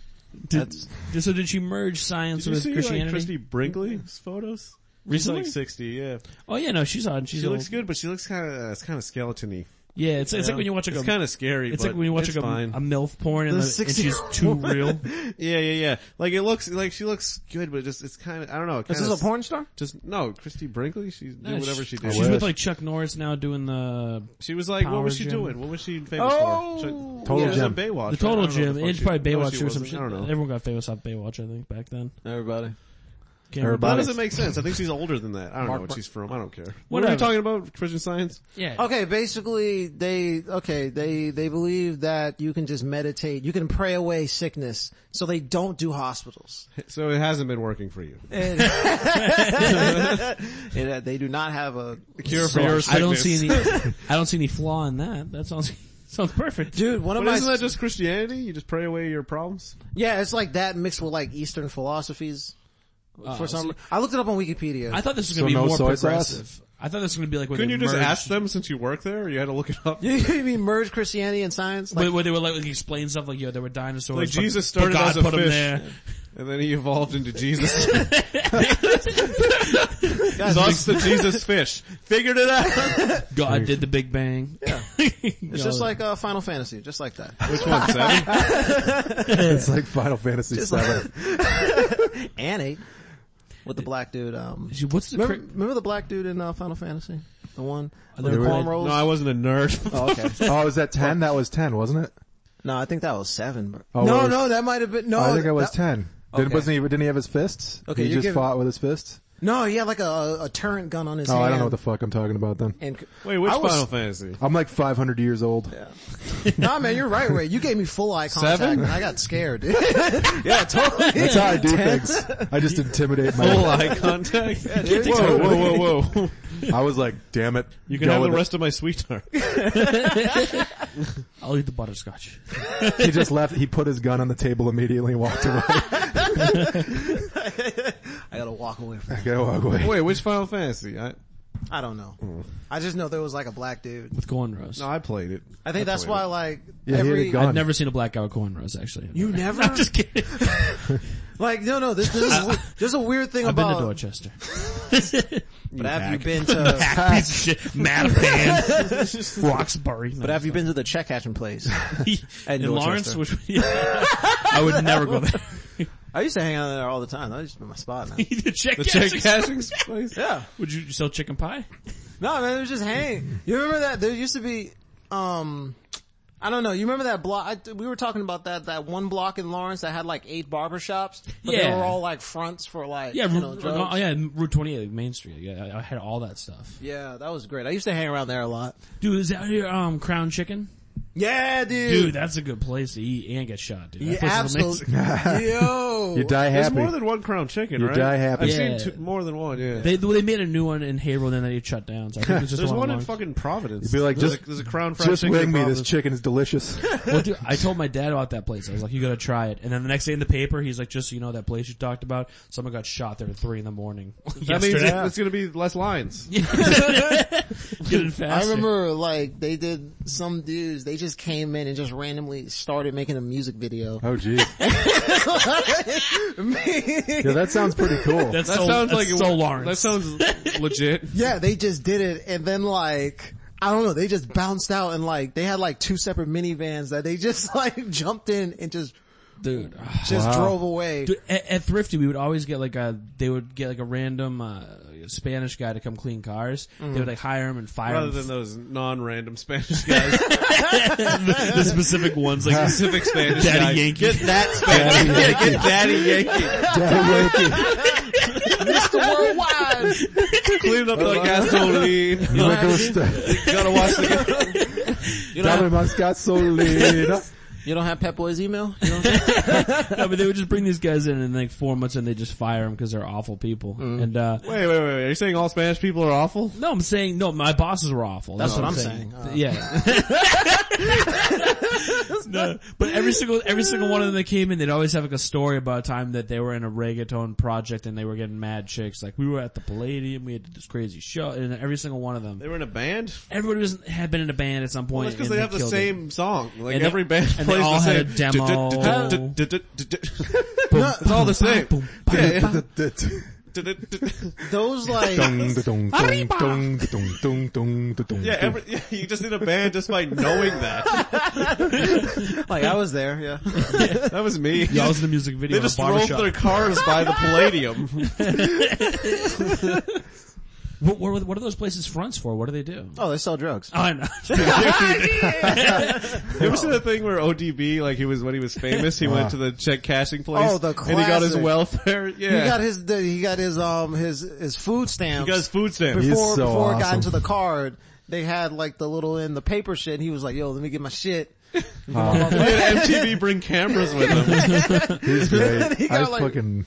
Speaker 3: Did, so did she merge science
Speaker 2: Did you
Speaker 3: with
Speaker 2: see
Speaker 3: Christianity?
Speaker 2: like Christy Brinkley's photos? She's
Speaker 3: Recently?
Speaker 2: like sixty. Yeah,
Speaker 3: oh yeah, no, she's on. She's
Speaker 2: she looks
Speaker 3: old.
Speaker 2: good, but she looks kind of it's kind of skeletony.
Speaker 3: Yeah, it's it's like when you watch like
Speaker 2: it's
Speaker 3: a
Speaker 2: kind of scary.
Speaker 3: it's
Speaker 2: but
Speaker 3: like when you watch
Speaker 2: it's
Speaker 3: like a,
Speaker 2: fine.
Speaker 3: a milf porn and,
Speaker 4: The
Speaker 3: the, and
Speaker 4: 60
Speaker 3: she's too real.
Speaker 2: Yeah, yeah, yeah. Like it looks like she looks good, but just it's kind of I don't know.
Speaker 4: Is this a porn star?
Speaker 2: Just no, Christy Brinkley. She did
Speaker 3: Yeah,
Speaker 2: whatever she did.
Speaker 3: She's
Speaker 1: wish.
Speaker 3: with like Chuck Norris now doing the
Speaker 2: She was like, what was she
Speaker 3: Power Gym.
Speaker 2: doing? What was she famous
Speaker 4: Oh!
Speaker 2: for? She-
Speaker 1: Total
Speaker 2: she was on
Speaker 1: Gym.
Speaker 2: Baywatch. right?
Speaker 3: the Total
Speaker 2: I don't know
Speaker 3: Gym.
Speaker 2: the fuck
Speaker 3: It's
Speaker 2: she-
Speaker 3: probably
Speaker 2: no,
Speaker 3: Baywatch
Speaker 2: she
Speaker 3: or some
Speaker 2: wasn't.
Speaker 3: shit.
Speaker 2: I don't know.
Speaker 3: Everyone got famous off Baywatch, I think, back then.
Speaker 4: Everybody.
Speaker 3: Can't
Speaker 2: That
Speaker 3: remember.
Speaker 1: Everybody-
Speaker 2: doesn't make sense. I think she's older than that. I don't know what she's from. I don't care. What are
Speaker 3: Whatever.
Speaker 2: you talking about? Christian Science?
Speaker 3: Yeah.
Speaker 4: Okay, basically they okay they they believe that you can just meditate, you can pray away sickness, so they don't do hospitals.
Speaker 2: So it hasn't been working for you.
Speaker 4: And- and, uh, they do not have a
Speaker 2: Cure for
Speaker 3: So
Speaker 2: your
Speaker 3: I don't
Speaker 2: sickness.
Speaker 3: see any. I don't see any flaw in that. That sounds sounds perfect.
Speaker 4: dude. One of
Speaker 2: But
Speaker 4: my
Speaker 2: isn't that just Christianity? You just pray away your problems?
Speaker 4: yeah, it's like that mixed with like Eastern philosophies.
Speaker 2: Oh,
Speaker 4: for some, I looked it up on Wikipedia.
Speaker 3: Uh, I thought this was
Speaker 1: So
Speaker 3: gonna
Speaker 1: no
Speaker 3: be more
Speaker 1: soy sauce?
Speaker 3: progressive. I thought this was gonna be like when
Speaker 2: Couldn't
Speaker 3: they
Speaker 2: you just
Speaker 3: merged-
Speaker 2: ask them since you work there? You had to look it up?
Speaker 4: you, you mean merge Christianity and science? Like,
Speaker 3: Where, where they would like, like explain stuff like, yo, there were dinosaurs.
Speaker 2: Like,
Speaker 3: but-
Speaker 2: Jesus
Speaker 3: but
Speaker 2: started
Speaker 3: God
Speaker 2: as a
Speaker 3: put 'em
Speaker 2: fish.
Speaker 3: there.
Speaker 2: And then he evolved into Jesus.
Speaker 4: guys,
Speaker 2: Thus the Jesus fish. Figured it out.
Speaker 3: God did the Big Bang. Yeah.
Speaker 4: it's just like uh, Final Fantasy, just like that.
Speaker 2: Which one, seven?
Speaker 1: It's like Final Fantasy VII.
Speaker 4: and eight with the black dude. Um,
Speaker 3: what's the
Speaker 4: remember,
Speaker 3: cri-
Speaker 4: remember the black dude in uh, Final Fantasy, the one with the
Speaker 3: never read-
Speaker 4: cornrows.
Speaker 2: No, I wasn't a nerd.
Speaker 4: Oh, okay.
Speaker 1: Oh, was that ten? That was ten, wasn't it?
Speaker 4: No, I think that was seven. Bro.
Speaker 1: Oh,
Speaker 4: no,
Speaker 1: it was- Oh,
Speaker 4: no, that might have been no.
Speaker 1: I think I was
Speaker 4: Oh, that-
Speaker 1: ten.
Speaker 4: Okay.
Speaker 1: Did, wasn't he, didn't he have his fists?
Speaker 4: Okay,
Speaker 1: he
Speaker 4: you're
Speaker 1: just
Speaker 4: giving-
Speaker 1: fought with his fists.
Speaker 4: No, he had like a, a turret gun on his
Speaker 1: Oh,
Speaker 4: hand.
Speaker 1: I don't know what the fuck I'm talking about then.
Speaker 4: and
Speaker 2: Wait, which
Speaker 4: I was-
Speaker 2: Final Fantasy?
Speaker 1: I'm like 500 years old.
Speaker 4: nah, man, you're right, Ray. You gave me full eye contact,
Speaker 2: Seven?
Speaker 4: and I got scared. yeah, totally.
Speaker 1: That's how I do things. I just intimidate
Speaker 2: Full
Speaker 1: my.
Speaker 2: eye contact.
Speaker 4: dude.
Speaker 2: whoa, whoa, whoa, whoa.
Speaker 1: I was like, damn it.
Speaker 2: You can
Speaker 1: go
Speaker 2: have the
Speaker 1: with it.
Speaker 2: rest of my sweetheart.
Speaker 3: I'll eat the butterscotch.
Speaker 1: He just left. He put his gun on the table immediately and walked away.
Speaker 4: I gotta walk away from. It.
Speaker 1: Go away.
Speaker 2: Wait, which Final Fantasy? I,
Speaker 4: I don't know.
Speaker 1: Mm.
Speaker 4: I just know there was like a black dude.
Speaker 3: With cornrows.
Speaker 2: no, I played it.
Speaker 4: I think that's
Speaker 2: played
Speaker 4: why
Speaker 2: it.
Speaker 4: like
Speaker 1: Yeah, he had
Speaker 4: every
Speaker 1: a gun.
Speaker 3: I've never seen a black guy with cornrows, actually.
Speaker 4: you never
Speaker 3: I'm just kidding.
Speaker 4: like no no this, this is we- there's a weird thing
Speaker 3: I've been to
Speaker 4: about
Speaker 3: Dorchester.
Speaker 4: but have you been to
Speaker 3: Hack piece of shit. Mattapan. Roxbury.
Speaker 4: but have you been to the check catching place?
Speaker 3: in
Speaker 4: Dorchester.
Speaker 3: Lawrence, which I would never go there.
Speaker 4: I used to hang out there all the time. That used to be my spot. Man.
Speaker 3: the check
Speaker 2: The chick cashing place?
Speaker 4: Yeah.
Speaker 3: Would you sell chicken pie?
Speaker 4: No, man, it was just hang. You remember that? There used to be, um, I don't know. You remember that block? I, we were talking about that, that one block in Lawrence that had like eight barber shops, but they
Speaker 3: Yeah.
Speaker 4: were all like fronts for like,
Speaker 3: Yeah,
Speaker 4: you know,
Speaker 3: Route,
Speaker 4: drugs.
Speaker 3: oh, yeah, Route 28, like Main Street. Yeah, I, I had all that stuff.
Speaker 4: Yeah, that was great. I used to hang around there a lot.
Speaker 3: Dude, is out here um Crown Chicken?
Speaker 4: Yeah, dude.
Speaker 3: Dude, that's a good place to eat and get shot, dude. That
Speaker 4: you
Speaker 3: place is amazing.
Speaker 4: absolutely. Yo.
Speaker 1: You die
Speaker 2: There's
Speaker 1: happy.
Speaker 2: more than one crown chicken,
Speaker 1: You
Speaker 2: right?
Speaker 1: die happy.
Speaker 2: I've
Speaker 3: Yeah.
Speaker 2: seen two, more than one, yeah.
Speaker 3: They they made a new one in Haverhill, and then they shut down. So I think it's just
Speaker 2: there's one in
Speaker 3: along-
Speaker 2: fucking Providence.
Speaker 1: You'd be like,
Speaker 2: there's,
Speaker 1: just-
Speaker 2: a, there's a crown fried
Speaker 1: Just
Speaker 2: chicken in
Speaker 1: wing me. This
Speaker 2: Providence.
Speaker 1: chicken is delicious.
Speaker 3: Well, dude, I told my dad about that place. I was like, "You gotta try it." And then the next day in the paper, he's like, "Just so you know, that place you talked about, someone got shot there at three in the morning."
Speaker 2: That means
Speaker 3: yesterday.
Speaker 2: it's gonna be less lines.
Speaker 3: Get it faster.
Speaker 4: I remember like they did some dudes, they just came in and just randomly started making a music video.
Speaker 1: Oh geez. yeah, that sounds pretty cool.
Speaker 3: That's
Speaker 2: That
Speaker 3: so,
Speaker 2: sounds
Speaker 3: that's
Speaker 2: like it
Speaker 3: so
Speaker 2: w-
Speaker 3: Lawrence.
Speaker 2: That sounds legit.
Speaker 4: Yeah, they just did it and then like, I don't know, they just bounced out and like, they had like two separate minivans that they just like jumped in and just,
Speaker 3: dude. ah.
Speaker 4: just
Speaker 1: Wow.
Speaker 4: drove away.
Speaker 3: Dude, at, at Thrifty, we would always get like a, they would get like a random, uh, Spanish guy to come clean cars. They would like hire him and fire
Speaker 2: Rather
Speaker 3: him.
Speaker 2: than those non-random Spanish guys,
Speaker 3: the, specific ones, like
Speaker 2: Pacific Spanish
Speaker 3: Daddy
Speaker 2: guys.
Speaker 3: Yankee.
Speaker 2: Get that Spanish.
Speaker 1: Daddy
Speaker 2: yeah, get Daddy
Speaker 1: Daddy
Speaker 2: Yankee.
Speaker 1: Yankee.
Speaker 4: Mr. Worldwide.
Speaker 2: Clean up the gasoline.
Speaker 1: Nicholas St-
Speaker 5: gotta watch the. you, don't have,
Speaker 1: Domino's gasolina.
Speaker 5: you don't have Pep Boy's email. You don't
Speaker 3: No, but they would just bring these guys in and like four months and they just fire them because they're awful people. And uh
Speaker 2: Wait, wait, wait, wait. Are you saying all Spanish people are awful?
Speaker 3: no, I'm saying no. My bosses were awful. That's,
Speaker 4: what I'm saying.
Speaker 3: yeah. no, but every single every single one of them that came in, they'd always have like a story about a time that they were in a reggaeton project and they were getting mad chicks. Like we were at the Palladium, we had this crazy show, and every single one of them,
Speaker 2: They were in a band?
Speaker 3: everybody was, had been in a band at some point.
Speaker 2: Well, that's because
Speaker 3: and
Speaker 2: they have the
Speaker 3: killed
Speaker 2: same song. Like
Speaker 3: And they-
Speaker 2: every band
Speaker 3: and they
Speaker 2: plays the
Speaker 3: all
Speaker 2: same.
Speaker 3: had a demo.
Speaker 2: No, it's all the same. Yeah, yeah.
Speaker 4: Those like,
Speaker 2: Yeah, every, yeah, you just need a band just by knowing that.
Speaker 4: like I was there, yeah.
Speaker 2: That was me.
Speaker 3: It. Yeah, I was in a music video.
Speaker 2: they
Speaker 3: in a
Speaker 2: just drove
Speaker 3: barbershop.
Speaker 2: their cars by the Palladium.
Speaker 3: What, what, what are those places fronts for? What do they do?
Speaker 4: Oh, they sell drugs.
Speaker 3: I know.
Speaker 2: You ever see the thing where ODB, like he was when he was famous, he went to the check cashing place
Speaker 4: Oh, the
Speaker 2: and he got his
Speaker 4: classic.
Speaker 2: welfare. Yeah,
Speaker 4: He got his, the, he got his, um, his, his food stamps.
Speaker 2: his food stamps.
Speaker 1: He's
Speaker 4: before,
Speaker 1: so
Speaker 4: before it got
Speaker 1: awesome.
Speaker 4: into the card, they had like the little in the paper shit and he was like, yo, let me get my shit.
Speaker 2: Why did MTV bring cameras with them?
Speaker 1: He's great.
Speaker 4: He got,
Speaker 1: I
Speaker 4: like-
Speaker 1: fucking,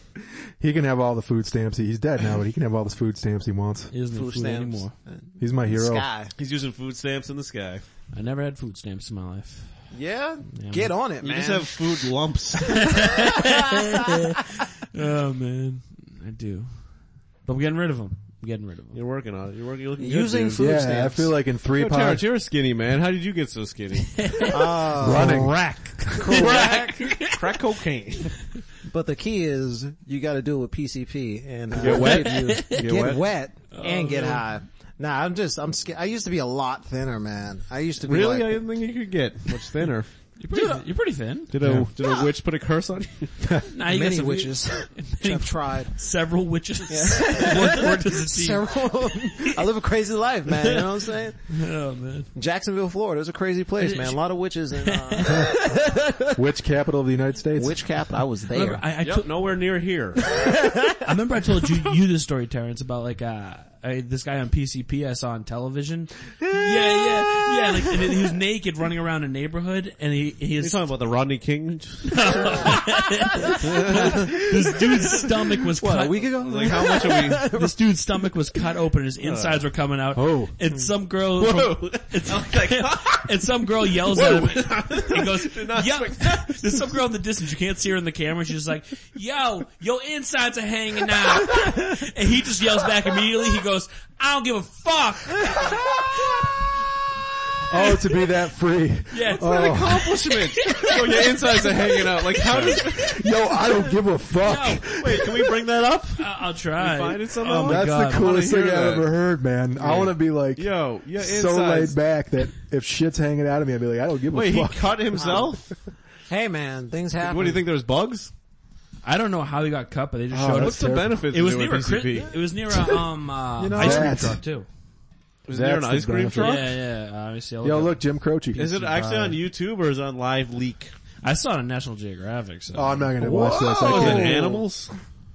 Speaker 1: he can have all the food stamps. He, he's dead now, but he can have all the food stamps he wants.
Speaker 3: It isn't
Speaker 4: Food
Speaker 3: food
Speaker 4: stamps.
Speaker 3: anymore.
Speaker 1: He's my hero.
Speaker 4: Sky.
Speaker 2: He's using food stamps in the sky.
Speaker 3: I never had food stamps in my life.
Speaker 4: Yeah? Get on it,
Speaker 2: You
Speaker 4: man.
Speaker 2: just have food lumps.
Speaker 3: Oh man, I do. But I'm getting rid of them. I'm getting rid of them.
Speaker 2: You're working on it. You're working. You're looking
Speaker 4: Using
Speaker 2: good, dude.
Speaker 4: food
Speaker 1: yeah,
Speaker 4: stamps.
Speaker 1: I feel like in three
Speaker 2: Yo, Terrence,
Speaker 1: pounds
Speaker 2: you're skinny man. How did you get so skinny?
Speaker 4: Ah,
Speaker 1: running.
Speaker 2: Crack, crack cocaine.
Speaker 4: But the key is you got to do it with PCP and uh,
Speaker 2: Get wet?
Speaker 4: give you- get,
Speaker 2: wet?
Speaker 4: wet,
Speaker 2: Oh,
Speaker 4: and get high. Nah, I'm just I'm scared. I used to be a lot thinner, man. I used to be
Speaker 2: Really? I
Speaker 4: Like,
Speaker 2: didn't think you could get much thinner.
Speaker 3: You're pretty, you're pretty thin.
Speaker 2: Did a did a witch put a curse on you?
Speaker 3: Nah, you got
Speaker 4: many
Speaker 3: some-
Speaker 4: witches. I've tried
Speaker 3: Several witches. What- what does it seem?
Speaker 4: several. I live a crazy life, man. You know what I'm saying?
Speaker 3: Oh man.
Speaker 4: Jacksonville, Florida is a crazy place, man. A lot of witches and uh,
Speaker 1: Which capital of the United States?
Speaker 4: witch capital. I was
Speaker 3: Remember,
Speaker 4: there.
Speaker 3: I, I,
Speaker 2: Yep,
Speaker 3: told-
Speaker 2: nowhere near here.
Speaker 3: I remember I told you you this story, Terrence, about like uh I, this guy on PCP I saw on television. Yeah, yeah, yeah. Like and he was naked running around a neighborhood, and he he
Speaker 2: You're
Speaker 3: is
Speaker 2: talking about the Rodney King?
Speaker 3: this dude's stomach was
Speaker 4: What,
Speaker 3: cut.
Speaker 4: a week ago?
Speaker 2: Like how much are we?
Speaker 3: this dude's stomach was cut open, his
Speaker 4: Uh,
Speaker 3: insides were coming out.
Speaker 1: Oh.
Speaker 3: And some girl,
Speaker 2: Whoa!
Speaker 3: "Oh, and some girl yells at him and goes,
Speaker 2: not
Speaker 3: "Yo!"
Speaker 2: expect that.
Speaker 3: There's some girl in the distance. You can't see her in the camera. She's just like, "Yo, your insides are hanging out," and he just yells back immediately. He goes, "I don't give a fuck."
Speaker 1: Oh, to be that free.
Speaker 3: Yeah.
Speaker 2: An
Speaker 1: Oh,
Speaker 2: accomplishment. So your insides are hanging out. Like how does?
Speaker 1: yo, I don't give a
Speaker 3: No,
Speaker 1: fuck.
Speaker 2: Wait, can we bring that up?
Speaker 3: I- I'll try.
Speaker 2: Find it somehow.
Speaker 3: Oh my
Speaker 1: That's the
Speaker 3: God.
Speaker 1: coolest
Speaker 2: I
Speaker 1: thing
Speaker 2: wanna hear
Speaker 1: I've
Speaker 2: that.
Speaker 1: ever heard, man. I want to be like
Speaker 2: Yo, yeah, insides.
Speaker 1: so laid back that if shit's hanging out of me, I'd be like, I don't give
Speaker 2: Wait,
Speaker 1: a
Speaker 2: he
Speaker 1: fuck.
Speaker 2: cut himself?
Speaker 4: hey, man, things happen.
Speaker 2: What do you think? There's bugs?
Speaker 3: I don't know how he got cut, but they just
Speaker 1: Oh,
Speaker 3: showed
Speaker 1: that's
Speaker 2: What's
Speaker 3: us.
Speaker 2: the
Speaker 1: terrible.
Speaker 2: benefit?
Speaker 3: It was
Speaker 2: to
Speaker 3: near
Speaker 2: doing
Speaker 3: a cri-
Speaker 2: PCP?
Speaker 3: it was near a um uh,
Speaker 1: know,
Speaker 3: ice cream
Speaker 1: that's-
Speaker 3: truck too.
Speaker 2: It was near an
Speaker 1: That's
Speaker 2: ice
Speaker 1: the
Speaker 2: cream
Speaker 1: benefit.
Speaker 2: truck.
Speaker 3: Yeah, yeah. Obviously, I'll
Speaker 1: Yo,
Speaker 3: look
Speaker 1: look, Jim Croce.
Speaker 2: Is it actually on YouTube or is it on Live Leak?
Speaker 3: up- I saw it on National Geographic. So
Speaker 1: Oh, I'm not gonna watch this. I
Speaker 2: Oh, is it
Speaker 1: can't.
Speaker 2: animals?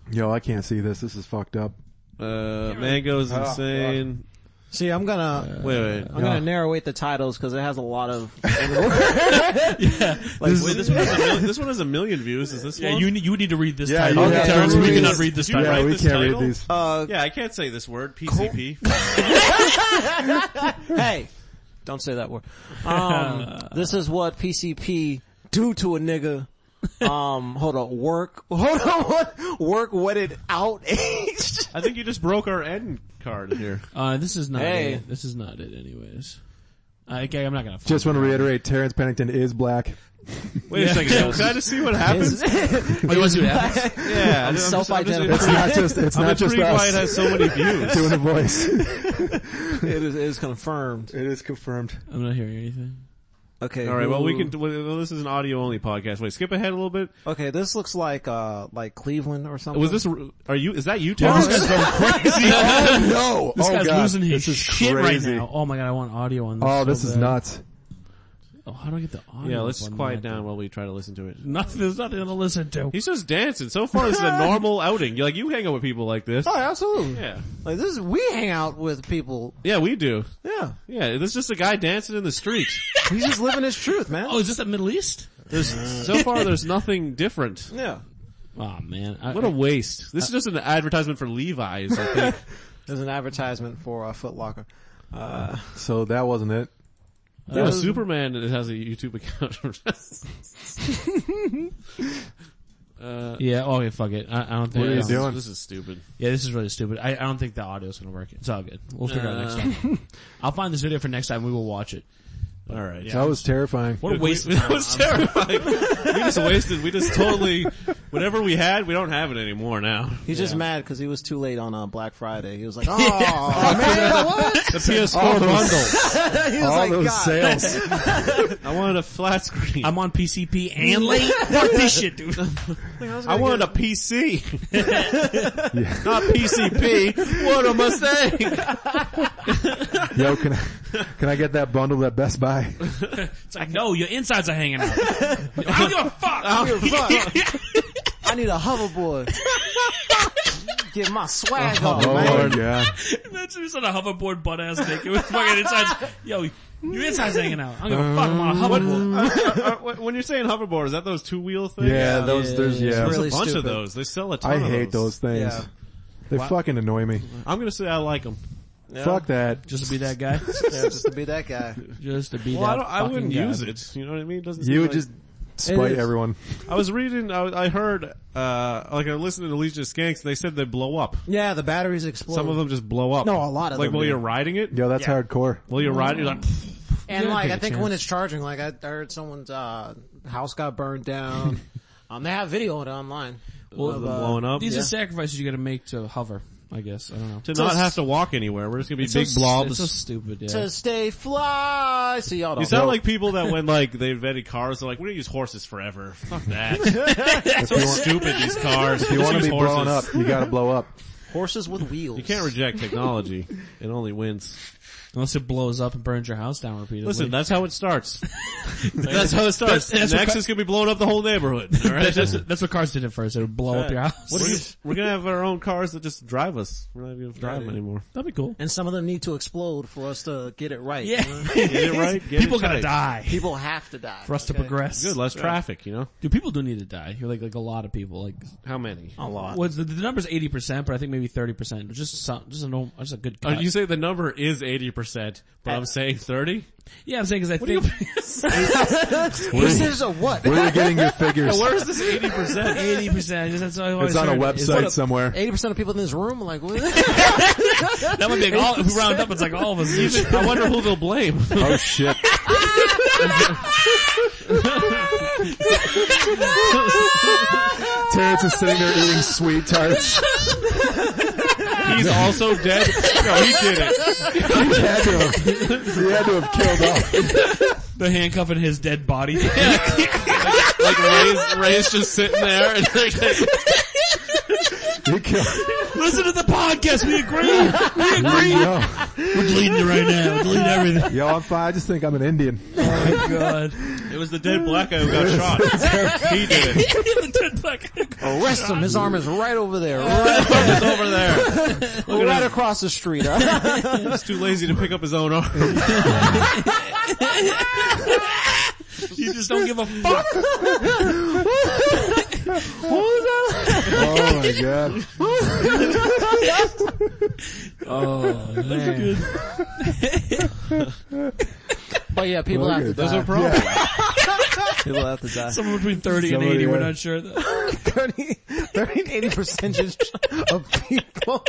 Speaker 1: Yo, I can't see this. This is fucked up.
Speaker 2: Uh, mangoes insane.
Speaker 4: See, I'm gonna
Speaker 2: Wait, wait.
Speaker 4: I'm gonna narrate the titles because it has a lot of. like,
Speaker 2: Wait, this one, has a million, this one has a million views. Is this
Speaker 3: yeah,
Speaker 2: one?
Speaker 3: you need- you need to read this.
Speaker 1: Yeah,
Speaker 3: title.
Speaker 1: you have
Speaker 2: to
Speaker 3: Terrence, we
Speaker 2: read
Speaker 3: cannot
Speaker 2: this.
Speaker 3: read this.
Speaker 2: Did you
Speaker 3: title.
Speaker 1: yeah,
Speaker 2: write
Speaker 1: we
Speaker 2: this
Speaker 1: can't
Speaker 2: title?
Speaker 1: read these.
Speaker 4: uh,
Speaker 2: Yeah, I can't say this word. PCP.
Speaker 4: hey, don't say that word. Um,
Speaker 2: Uh.
Speaker 4: this is what PCP do to a nigga. Um, hold on, work, hold on, what? Work wedded out aged.
Speaker 2: I think you just broke our end card here.
Speaker 3: Uh, this is not
Speaker 4: Hey.
Speaker 3: it. This is not it anyways. I, okay, I'm not gonna.
Speaker 1: Just want to reiterate, Terrence Pennington is black.
Speaker 2: Wait a second. Can I just see what happens?
Speaker 3: Oh,
Speaker 2: Yeah, I'm just- I'm just-
Speaker 4: self-identified.
Speaker 1: It's not just. It's
Speaker 2: I'm
Speaker 1: not just
Speaker 2: intrigued why
Speaker 1: us
Speaker 2: it has so many views.
Speaker 1: doing a voice.
Speaker 4: it, is, it is confirmed.
Speaker 1: It is confirmed.
Speaker 3: I'm not hearing anything.
Speaker 4: Okay.
Speaker 2: All right. Well, we
Speaker 4: who-
Speaker 2: can. Well, this is an audio only podcast. Wait, skip ahead a little bit.
Speaker 4: Okay, this looks like uh like Cleveland or something.
Speaker 2: Was this? Are you? Is that you,
Speaker 3: This
Speaker 2: Terrence?
Speaker 3: guy's going
Speaker 1: Oh,
Speaker 3: crazy.
Speaker 1: No,
Speaker 3: this
Speaker 1: oh
Speaker 3: guy's
Speaker 1: god,
Speaker 3: losing his
Speaker 1: this is
Speaker 3: shit
Speaker 1: crazy.
Speaker 3: right now. Oh my god, I want audio on this.
Speaker 1: Oh,
Speaker 3: so
Speaker 1: this is
Speaker 3: bad.
Speaker 1: nuts.
Speaker 3: Oh, how do I get the audio?
Speaker 2: Yeah, let's
Speaker 3: up on
Speaker 2: quiet
Speaker 3: that?
Speaker 2: down while we try to listen to it.
Speaker 3: Nothing. There's nothing to listen to.
Speaker 2: He's just dancing. So far, this is a normal outing. You're like, you hang out with people like this.
Speaker 4: Oh, absolutely.
Speaker 2: Yeah.
Speaker 4: Like this is, we hang out with people.
Speaker 2: Yeah, we do.
Speaker 4: Yeah.
Speaker 2: Yeah, this is just a guy dancing in the street.
Speaker 4: He's just living his truth, man.
Speaker 3: Oh, is this the Middle East?
Speaker 2: There's, so far, there's nothing different.
Speaker 4: Yeah.
Speaker 3: Oh man, I,
Speaker 2: What a waste. This is just an advertisement for Levi's, I think.
Speaker 4: There's an advertisement for uh, Foot Locker.
Speaker 1: So that wasn't it.
Speaker 2: No, Superman has a YouTube account. uh,
Speaker 3: yeah. Oh, okay, fuck it. I, I don't think.
Speaker 1: What are you
Speaker 3: this-
Speaker 1: doing?
Speaker 2: This is stupid.
Speaker 3: Yeah, this is really stupid. I, I don't think the audio's gonna work. It's all good. We'll figure it out
Speaker 2: Uh.
Speaker 3: next time. I'll find this video for next time. We will watch it.
Speaker 2: All right.
Speaker 1: That was terrifying.
Speaker 3: What a waste of
Speaker 2: That
Speaker 3: time.
Speaker 2: was terrifying. we just wasted. We just totally whatever we had, we don't have it anymore now.
Speaker 4: He's just mad because he was too late on uh, Black Friday. He was like, oh, man, what?
Speaker 1: Oh,
Speaker 2: Oh, The PS4 bundle.
Speaker 4: he was
Speaker 1: All
Speaker 4: like,
Speaker 1: those
Speaker 4: God.
Speaker 1: sales.
Speaker 2: I wanted a flat screen.
Speaker 3: I'm on PCP and late. Fuck this shit, dude.
Speaker 2: I wanted a PC. Not PCP. What a mistake.
Speaker 1: Yo, can I, can I get that bundle at Best Buy?
Speaker 3: It's like, no, your insides are hanging out. I don't give a fuck.
Speaker 4: I need a hoverboard. Get my swag on,
Speaker 1: Oh
Speaker 4: man.
Speaker 1: my god.
Speaker 3: That's just on a hoverboard butt ass naked with fucking insides. Yo, your insides hanging out. I don't give a fuck. I'm on a hoverboard.
Speaker 2: uh, when you're saying hoverboard, is that those two wheel things?
Speaker 1: Yeah, those, there's, yeah.
Speaker 2: There's
Speaker 4: Really
Speaker 2: a bunch of
Speaker 4: stupid.
Speaker 2: those. They sell a ton
Speaker 1: I
Speaker 2: of
Speaker 1: hate those things.
Speaker 4: Yeah.
Speaker 1: They fucking annoy me.
Speaker 2: I'm gonna say I like them.
Speaker 1: Fuck that.
Speaker 3: Just to be that guy.
Speaker 4: Yeah, just to be that guy.
Speaker 3: Just to be
Speaker 2: Well,
Speaker 3: that
Speaker 2: I, don't, I
Speaker 3: fucking
Speaker 2: wouldn't
Speaker 3: guy.
Speaker 2: use it. You know what I mean? Doesn't
Speaker 1: You
Speaker 2: seem
Speaker 1: would
Speaker 2: like-
Speaker 1: just spite
Speaker 2: is.
Speaker 1: everyone.
Speaker 2: I was reading, I, I heard, uh, like I listened to Legion of Skanks and they said they blow up.
Speaker 4: Yeah, the batteries explode.
Speaker 2: Some of them just blow up.
Speaker 4: No, a lot of
Speaker 2: like
Speaker 4: them
Speaker 2: while
Speaker 4: do.
Speaker 2: you're riding it,
Speaker 1: Yo, that's hardcore.
Speaker 2: while you're riding, you're like,
Speaker 4: And
Speaker 3: Yeah,
Speaker 4: like,
Speaker 3: take
Speaker 4: I
Speaker 3: a
Speaker 4: think
Speaker 3: chance.
Speaker 4: when it's charging, like I heard someone's uh, house got burned down. um, they have video of it online.
Speaker 2: well,
Speaker 4: Of, uh,
Speaker 2: blowing up.
Speaker 3: These
Speaker 2: Yeah.
Speaker 3: are sacrifices you gotta make to hover, I guess. I don't know.
Speaker 2: to not have to walk anywhere. We're just gonna be big
Speaker 3: so, It's so
Speaker 2: blobs.
Speaker 3: stupid, yeah.
Speaker 4: To stay fly, so y'all
Speaker 2: You
Speaker 4: don't.
Speaker 2: sound like people that when like they invented cars, they're like, we're gonna use horses forever. Fuck that.
Speaker 1: If you, want,
Speaker 2: Stupid, these cars.
Speaker 1: if you want to be
Speaker 2: horses.
Speaker 1: blown up, you gotta blow up.
Speaker 4: horses with wheels.
Speaker 2: You can't reject technology. It only wins.
Speaker 3: Unless it blows up and burns your house down repeatedly.
Speaker 2: Listen, that's how it starts. that's how it starts.
Speaker 3: That's- that's
Speaker 2: Next
Speaker 3: what-
Speaker 2: is gonna be blowing up the whole neighborhood. All right?
Speaker 3: that's, that's what cars did at first. It would blow up your house.
Speaker 2: We're gonna- we're gonna have our own cars that just drive us. We're not even gonna drive them anymore.
Speaker 3: That'd be cool.
Speaker 4: and some of them need to explode for us to get it right.
Speaker 3: Yeah.
Speaker 2: Get it right. Get
Speaker 3: people
Speaker 2: it
Speaker 3: gotta
Speaker 2: tight.
Speaker 3: die
Speaker 4: People have to die
Speaker 3: for us to progress.
Speaker 2: Good, less traffic. You know
Speaker 3: Dude, people do need to die. You're like, like a lot of people. Like,
Speaker 2: how many?
Speaker 4: a lot.
Speaker 3: what's the, the number's 80%, but I think maybe 30%. Just some, just a normal, just a good
Speaker 2: Uh,
Speaker 3: cut.
Speaker 2: you say the number is eighty percent, but I'm saying thirty.
Speaker 3: yeah, I'm saying cause I think,
Speaker 4: This is a what?
Speaker 1: Where are you getting your figures?
Speaker 2: Where's this eighty percent?
Speaker 3: 80%, just, that's what I always
Speaker 1: It's on a
Speaker 3: heard.
Speaker 1: website
Speaker 3: It's-
Speaker 1: somewhere.
Speaker 4: Eighty percent of people in this room are like, what?
Speaker 3: That would be all, if we round up, it's like all of us.
Speaker 2: I wonder who they'll blame.
Speaker 1: Oh shit. Terrence is sitting there eating sweet tarts.
Speaker 2: He's also dead. No, he did it.
Speaker 1: You had to have, you had to have killed off.
Speaker 3: They're handcuffing his dead body.
Speaker 2: Like Ray's, Ray's just sitting there. And like,
Speaker 1: You killed.
Speaker 3: Listen to the podcast, we agree!
Speaker 1: Yo,
Speaker 3: We're deleting it right now, delete everything.
Speaker 1: yo, I'm fine. I just think I'm an Indian.
Speaker 3: Oh my god.
Speaker 2: it was the dead black guy who got shot. he did it.
Speaker 3: the dead black guy.
Speaker 4: Arrest him. His arm is right over there,
Speaker 2: It's over there.
Speaker 4: right, right across the street.
Speaker 2: He's too lazy to pick up his own arm.
Speaker 3: You just don't give a fuck.
Speaker 1: Oh my god.
Speaker 3: Oh man.
Speaker 4: but yeah, people have to
Speaker 1: There's
Speaker 4: die.
Speaker 1: a problem.
Speaker 4: people have to die.
Speaker 3: Somewhere between 30 and
Speaker 1: Somebody,
Speaker 3: 80, we're
Speaker 1: yeah.
Speaker 3: not sure. Though.
Speaker 4: 30, 30 80 percentage of people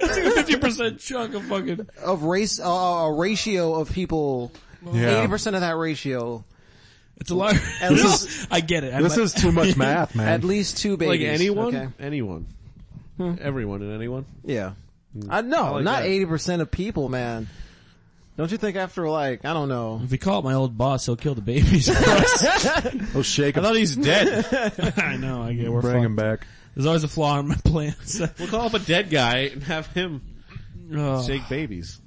Speaker 3: 50% chunk of fucking...
Speaker 4: of race uh, a ratio of people eighty
Speaker 1: Yeah.
Speaker 4: percent of that ratio
Speaker 3: It's a lot.
Speaker 4: least-
Speaker 3: No, I get it. I
Speaker 1: This
Speaker 3: might-
Speaker 1: is too much math,
Speaker 4: at
Speaker 1: man.
Speaker 4: least two
Speaker 2: Like
Speaker 4: babies
Speaker 2: anyone,
Speaker 4: okay?
Speaker 2: anyone, everyone, and anyone.
Speaker 4: yeah I no
Speaker 2: Mm. like
Speaker 4: not
Speaker 2: that.
Speaker 4: eighty percent of people man don't you think after like I don't know
Speaker 3: If we call it my old boss, he'll kill the babies.
Speaker 1: Oh, shake
Speaker 2: I
Speaker 1: him.
Speaker 2: thought he's dead.
Speaker 3: I know, I get we're
Speaker 1: Bring
Speaker 3: fucked.
Speaker 1: him back.
Speaker 3: There's always a flaw in my plans.
Speaker 2: We'll call up a dead guy and have him
Speaker 3: Oh.
Speaker 2: shake babies.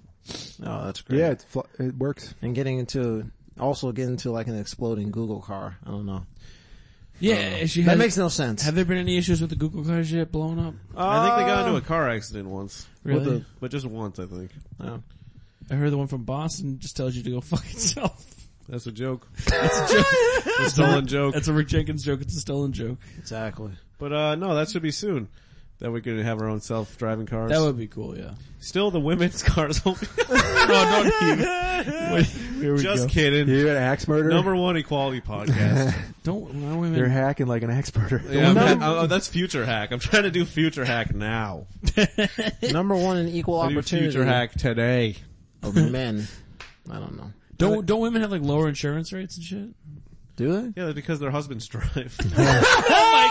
Speaker 4: oh that's great
Speaker 1: Yeah, it's, fl- it works.
Speaker 4: and getting into also get into like an exploding Google car. I don't know.
Speaker 3: Yeah, and she
Speaker 4: That
Speaker 3: had-
Speaker 4: makes no sense.
Speaker 3: Have there been any issues with the Google car shit blowing up?
Speaker 2: I think they got
Speaker 3: Oh.
Speaker 2: into a car accident once.
Speaker 3: Really?
Speaker 4: the-
Speaker 2: But just once, I think.
Speaker 4: Yeah.
Speaker 3: I heard the one from Boston just tells you to go fuck yourself.
Speaker 2: That's a joke.
Speaker 3: It's a joke.
Speaker 2: A stolen joke.
Speaker 3: That's a Rick Jenkins joke. It's a stolen joke.
Speaker 4: Exactly.
Speaker 2: But uh no, that should be soon. That we could have our own self-driving cars.
Speaker 3: That would be cool, yeah.
Speaker 2: Still, the women's cars will be.
Speaker 3: no, don't even. Wait, here we
Speaker 2: Just
Speaker 3: go.
Speaker 2: kidding.
Speaker 1: You're an axe murderer.
Speaker 2: Number one equality podcast.
Speaker 3: Don't, why women-
Speaker 1: You're hacking like an axe murderer.
Speaker 2: yeah, I'm not- oh, that's future hack. I'm trying to do future hack now.
Speaker 4: Number one in equal
Speaker 2: I do
Speaker 4: opportunity
Speaker 2: future hack today.
Speaker 4: of men. I don't know.
Speaker 3: don't, don't women have like lower insurance rates and shit?
Speaker 4: Do they?
Speaker 2: Yeah, that's because their husbands drive.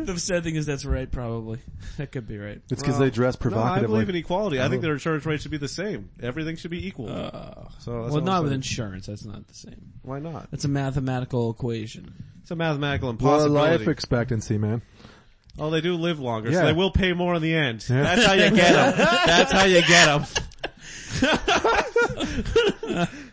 Speaker 3: The sad thing is that's right, probably. That could be right.
Speaker 1: It's because they dress
Speaker 2: no, I
Speaker 1: provocatively.
Speaker 2: believe in equality. I think their insurance rate should be the same. Everything should be equal.
Speaker 3: Uh,
Speaker 2: so that's
Speaker 3: well,
Speaker 2: what
Speaker 3: not
Speaker 2: I'm
Speaker 3: with
Speaker 2: saying.
Speaker 3: insurance. That's not the same.
Speaker 2: Why not?
Speaker 3: That's a mathematical equation.
Speaker 2: It's a mathematical
Speaker 1: Well,
Speaker 2: impossibility.
Speaker 1: life expectancy, man.
Speaker 2: oh, they do live longer, so
Speaker 1: Yeah.
Speaker 2: they will pay more in the end.
Speaker 1: Yeah.
Speaker 2: That's how you get them. That's how you get them.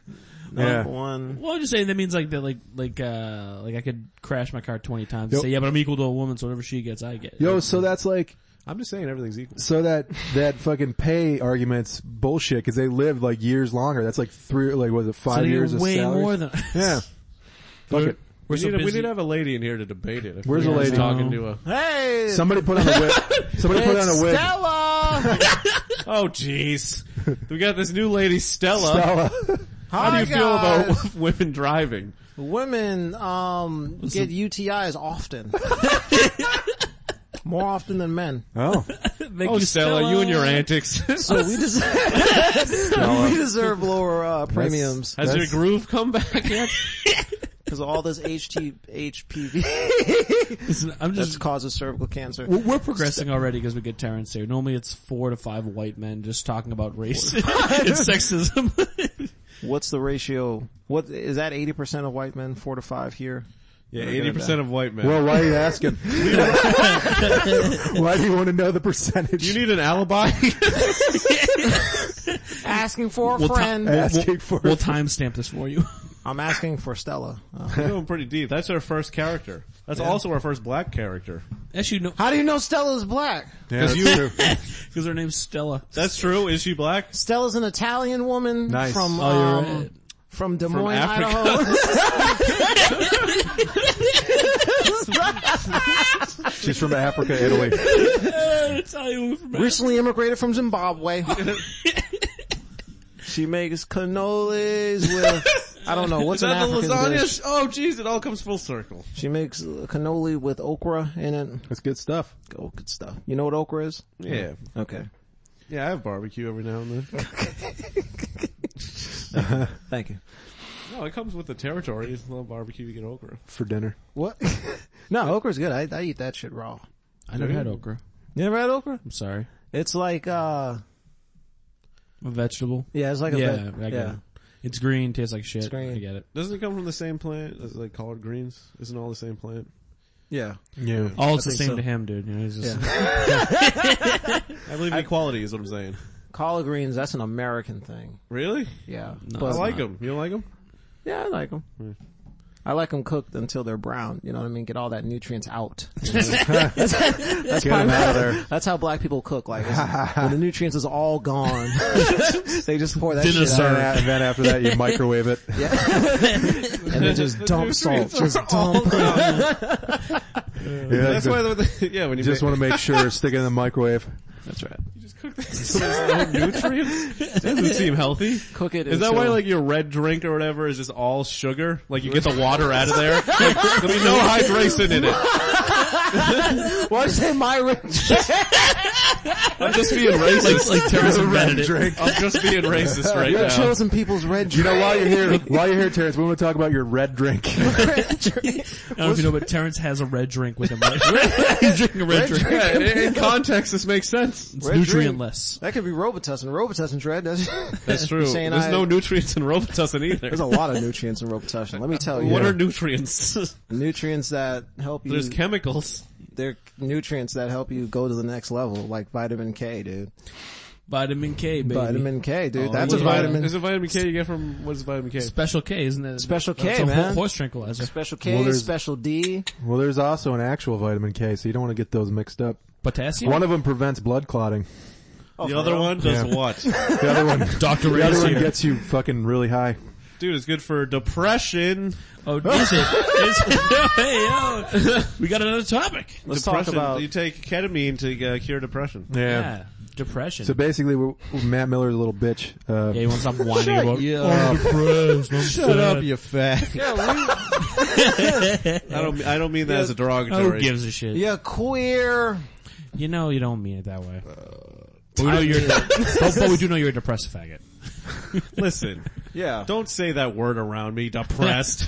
Speaker 1: Yeah.
Speaker 4: Number one.
Speaker 3: Well, I'm just saying that means like that, like like uh like I could crash my car 20 times.
Speaker 1: Yo-
Speaker 3: and Say yeah, but I'm equal to a woman, so whatever she gets, I get.
Speaker 1: Yo, so that's like,
Speaker 2: I'm just saying everything's equal.
Speaker 1: so that, that fucking pay argument's bullshit because they live like years longer. That's like three, like was it
Speaker 3: so
Speaker 1: five
Speaker 3: they
Speaker 1: years
Speaker 3: get
Speaker 1: of
Speaker 3: way
Speaker 1: salaries?
Speaker 3: more than.
Speaker 1: Yeah. Fuck it.
Speaker 3: We're
Speaker 2: We
Speaker 3: so
Speaker 2: need, to- we
Speaker 3: busy.
Speaker 2: need to have a lady in here to debate it. I
Speaker 1: Where's
Speaker 2: feel
Speaker 1: the
Speaker 2: like
Speaker 1: lady?
Speaker 2: Talking to a,
Speaker 4: Hey!
Speaker 1: Somebody put on a wig. Somebody put on a wig.
Speaker 4: Stella!
Speaker 2: oh jeez. We got this new lady, Stella.
Speaker 1: Stella.
Speaker 2: How do
Speaker 4: Hi,
Speaker 2: you feel
Speaker 4: guys.
Speaker 2: about women driving?
Speaker 4: Women, um, get UTIs often. More often than men.
Speaker 1: Oh.
Speaker 3: Thank
Speaker 2: Oh
Speaker 3: you,
Speaker 2: Stella, you and your antics.
Speaker 4: So we deserve, we deserve lower, uh, premiums.
Speaker 2: um, Has your groove come back yet?
Speaker 4: Cause of all this HT, HPV
Speaker 3: Listen, I'm
Speaker 4: that
Speaker 3: just
Speaker 4: causes cervical cancer.
Speaker 3: we're, we're progressing already because we get Terrence here. Normally it's four to five white men just talking about race and sexism.
Speaker 4: What's the ratio? What, is that 80% of white men, four to five here?
Speaker 2: Yeah, eighty percent of white men.
Speaker 1: Well, why are you asking? why do you want to know the percentage?
Speaker 2: you need an alibi.
Speaker 4: Asking for a
Speaker 3: Well, Tom-
Speaker 4: friend.
Speaker 1: asking for
Speaker 3: we'll timestamp this for you.
Speaker 4: I'm asking for Stella. Uh,
Speaker 2: We're going pretty deep. That's our first character. That's also our first black character.
Speaker 3: As you know,
Speaker 4: how do you know Stella's black?
Speaker 1: Yeah, that's true.
Speaker 3: because her name's Stella.
Speaker 2: That's true. Is she black?
Speaker 4: Stella's an Italian woman
Speaker 1: Nice.
Speaker 4: from
Speaker 3: Oh, you're
Speaker 4: um,
Speaker 3: right.
Speaker 4: from Des Moines,
Speaker 2: Africa.
Speaker 4: Idaho.
Speaker 1: She's from Africa, Italy.
Speaker 3: Italian woman from
Speaker 4: Recently immigrated from Zimbabwe. she makes cannolis with I don't know what's
Speaker 2: Is that
Speaker 4: an
Speaker 2: the
Speaker 4: African
Speaker 2: lasagna?
Speaker 4: dish.
Speaker 2: Oh jeez, it all comes full circle.
Speaker 4: She makes cannoli with okra in it.
Speaker 1: That's good stuff.
Speaker 4: Oh, good stuff. You know what okra is?
Speaker 2: Yeah.
Speaker 4: Okay.
Speaker 2: Yeah, I have barbecue every now and then.
Speaker 4: Thank you.
Speaker 2: No, it comes with the territory. It's a little barbecue, you get okra.
Speaker 1: for dinner.
Speaker 4: What? no, okra's good. I, I eat that shit raw.
Speaker 3: I never had okra.
Speaker 4: You ever had okra?
Speaker 3: I'm sorry.
Speaker 4: It's like uh
Speaker 3: A vegetable.
Speaker 4: yeah, it's like a
Speaker 3: yeah,
Speaker 4: ve-
Speaker 3: I get
Speaker 4: yeah.
Speaker 3: it. It's green, tastes like shit.
Speaker 4: green.
Speaker 3: I get it.
Speaker 2: Doesn't it come from the same plant as like collard greens? Isn't all the same plant?
Speaker 4: Yeah.
Speaker 1: Yeah.
Speaker 3: All it's the
Speaker 4: think
Speaker 3: same
Speaker 4: so.
Speaker 3: to him, dude. You know, he's just,
Speaker 2: I believe equality is what I'm saying.
Speaker 4: Collard greens, that's an American thing.
Speaker 2: Really?
Speaker 4: Yeah.
Speaker 2: I
Speaker 4: But-
Speaker 2: like them. You don't like them?
Speaker 4: Yeah, I like them. I like them cooked until they're brown. You know what I mean? Get all that nutrients out.
Speaker 1: That's Get 'em out of there.
Speaker 4: That's how black people cook. Like it's- when the nutrients is all gone, they just pour that
Speaker 3: Dinner
Speaker 4: shit out,
Speaker 1: And a- and then after that, you microwave it.
Speaker 4: and they just dump salt. Just dump.
Speaker 1: Yeah,
Speaker 2: That's
Speaker 1: but
Speaker 2: why. The, yeah, when you
Speaker 1: just
Speaker 2: make,
Speaker 1: want to make sure stick it in the microwave.
Speaker 4: That's right.
Speaker 2: there's no nutrients, it doesn't seem healthy.
Speaker 4: Cook it.
Speaker 2: Is that why like your red drink or whatever is just all sugar? Like you get the water out of there. Like, there'll be no hydration in it.
Speaker 4: why you say my rich?
Speaker 2: I'm just being racist.
Speaker 3: like Terrence invented it.
Speaker 1: Drink.
Speaker 2: I'm just being racist right
Speaker 4: Your
Speaker 2: now.
Speaker 4: chosen people's red
Speaker 1: You
Speaker 4: drink.
Speaker 1: know, while you're here, while you're here, Terrence, we want to talk about your red drink.
Speaker 3: I don't know if you know, but Terrence has a red drink with him. he's drinking a red, drink.
Speaker 2: Yeah, in, in context, this makes sense.
Speaker 3: It's
Speaker 4: Red
Speaker 3: nutrient
Speaker 4: drink.
Speaker 3: less.
Speaker 4: That could be Robitussin. Robitussin's red. That's,
Speaker 2: That's true.
Speaker 4: You're
Speaker 2: There's
Speaker 4: saying I-
Speaker 2: no nutrients in Robitussin either.
Speaker 4: there's a lot of nutrients in Robitussin. Let me tell you.
Speaker 2: What are nutrients?
Speaker 4: nutrients that help you?
Speaker 2: There's chemicals.
Speaker 4: they're nutrients that help you go to the next level, like vitamin K, dude.
Speaker 3: Vitamin K, baby.
Speaker 4: Vitamin K, dude.
Speaker 3: Oh,
Speaker 4: that's
Speaker 3: yeah.
Speaker 4: a vitamin.
Speaker 2: Is it vitamin K you get from, what is vitamin K?
Speaker 3: Special K, isn't it?
Speaker 4: Special K,
Speaker 3: That's a
Speaker 4: man.
Speaker 3: Horse tranquilizer.
Speaker 5: Special
Speaker 1: Well,
Speaker 5: K,
Speaker 1: there's-
Speaker 5: Special D.
Speaker 1: Well, there's also an actual vitamin K, so you don't want to get those mixed up.
Speaker 3: Potassium.
Speaker 1: One of them prevents blood clotting.
Speaker 2: the other one does
Speaker 1: Yeah.
Speaker 2: what?
Speaker 1: The other one, the other
Speaker 3: Dr. Ray's
Speaker 1: one
Speaker 3: here.
Speaker 1: gets you fucking really high.
Speaker 2: Dude, it's good for depression.
Speaker 3: Oh, is it? Is it? hey, yo. We got another topic.
Speaker 4: Let's talk
Speaker 2: depression.
Speaker 4: about.
Speaker 2: you take ketamine to uh, cure depression.
Speaker 3: Yeah. Depression.
Speaker 1: So basically, we're, Matt Miller's a little bitch. Uh,
Speaker 3: yeah, you want to stop whining about
Speaker 1: uh,
Speaker 2: Oh,
Speaker 3: Shut up,
Speaker 2: you fat. I don't. I don't mean that as a derogatory.
Speaker 3: Who gives a shit?
Speaker 4: Yeah, queer.
Speaker 3: You know you don't mean it that way. but, we know you're but, but we do know you're a depressed faggot.
Speaker 2: Listen,
Speaker 4: Yeah.
Speaker 2: don't say that word around me. Depressed.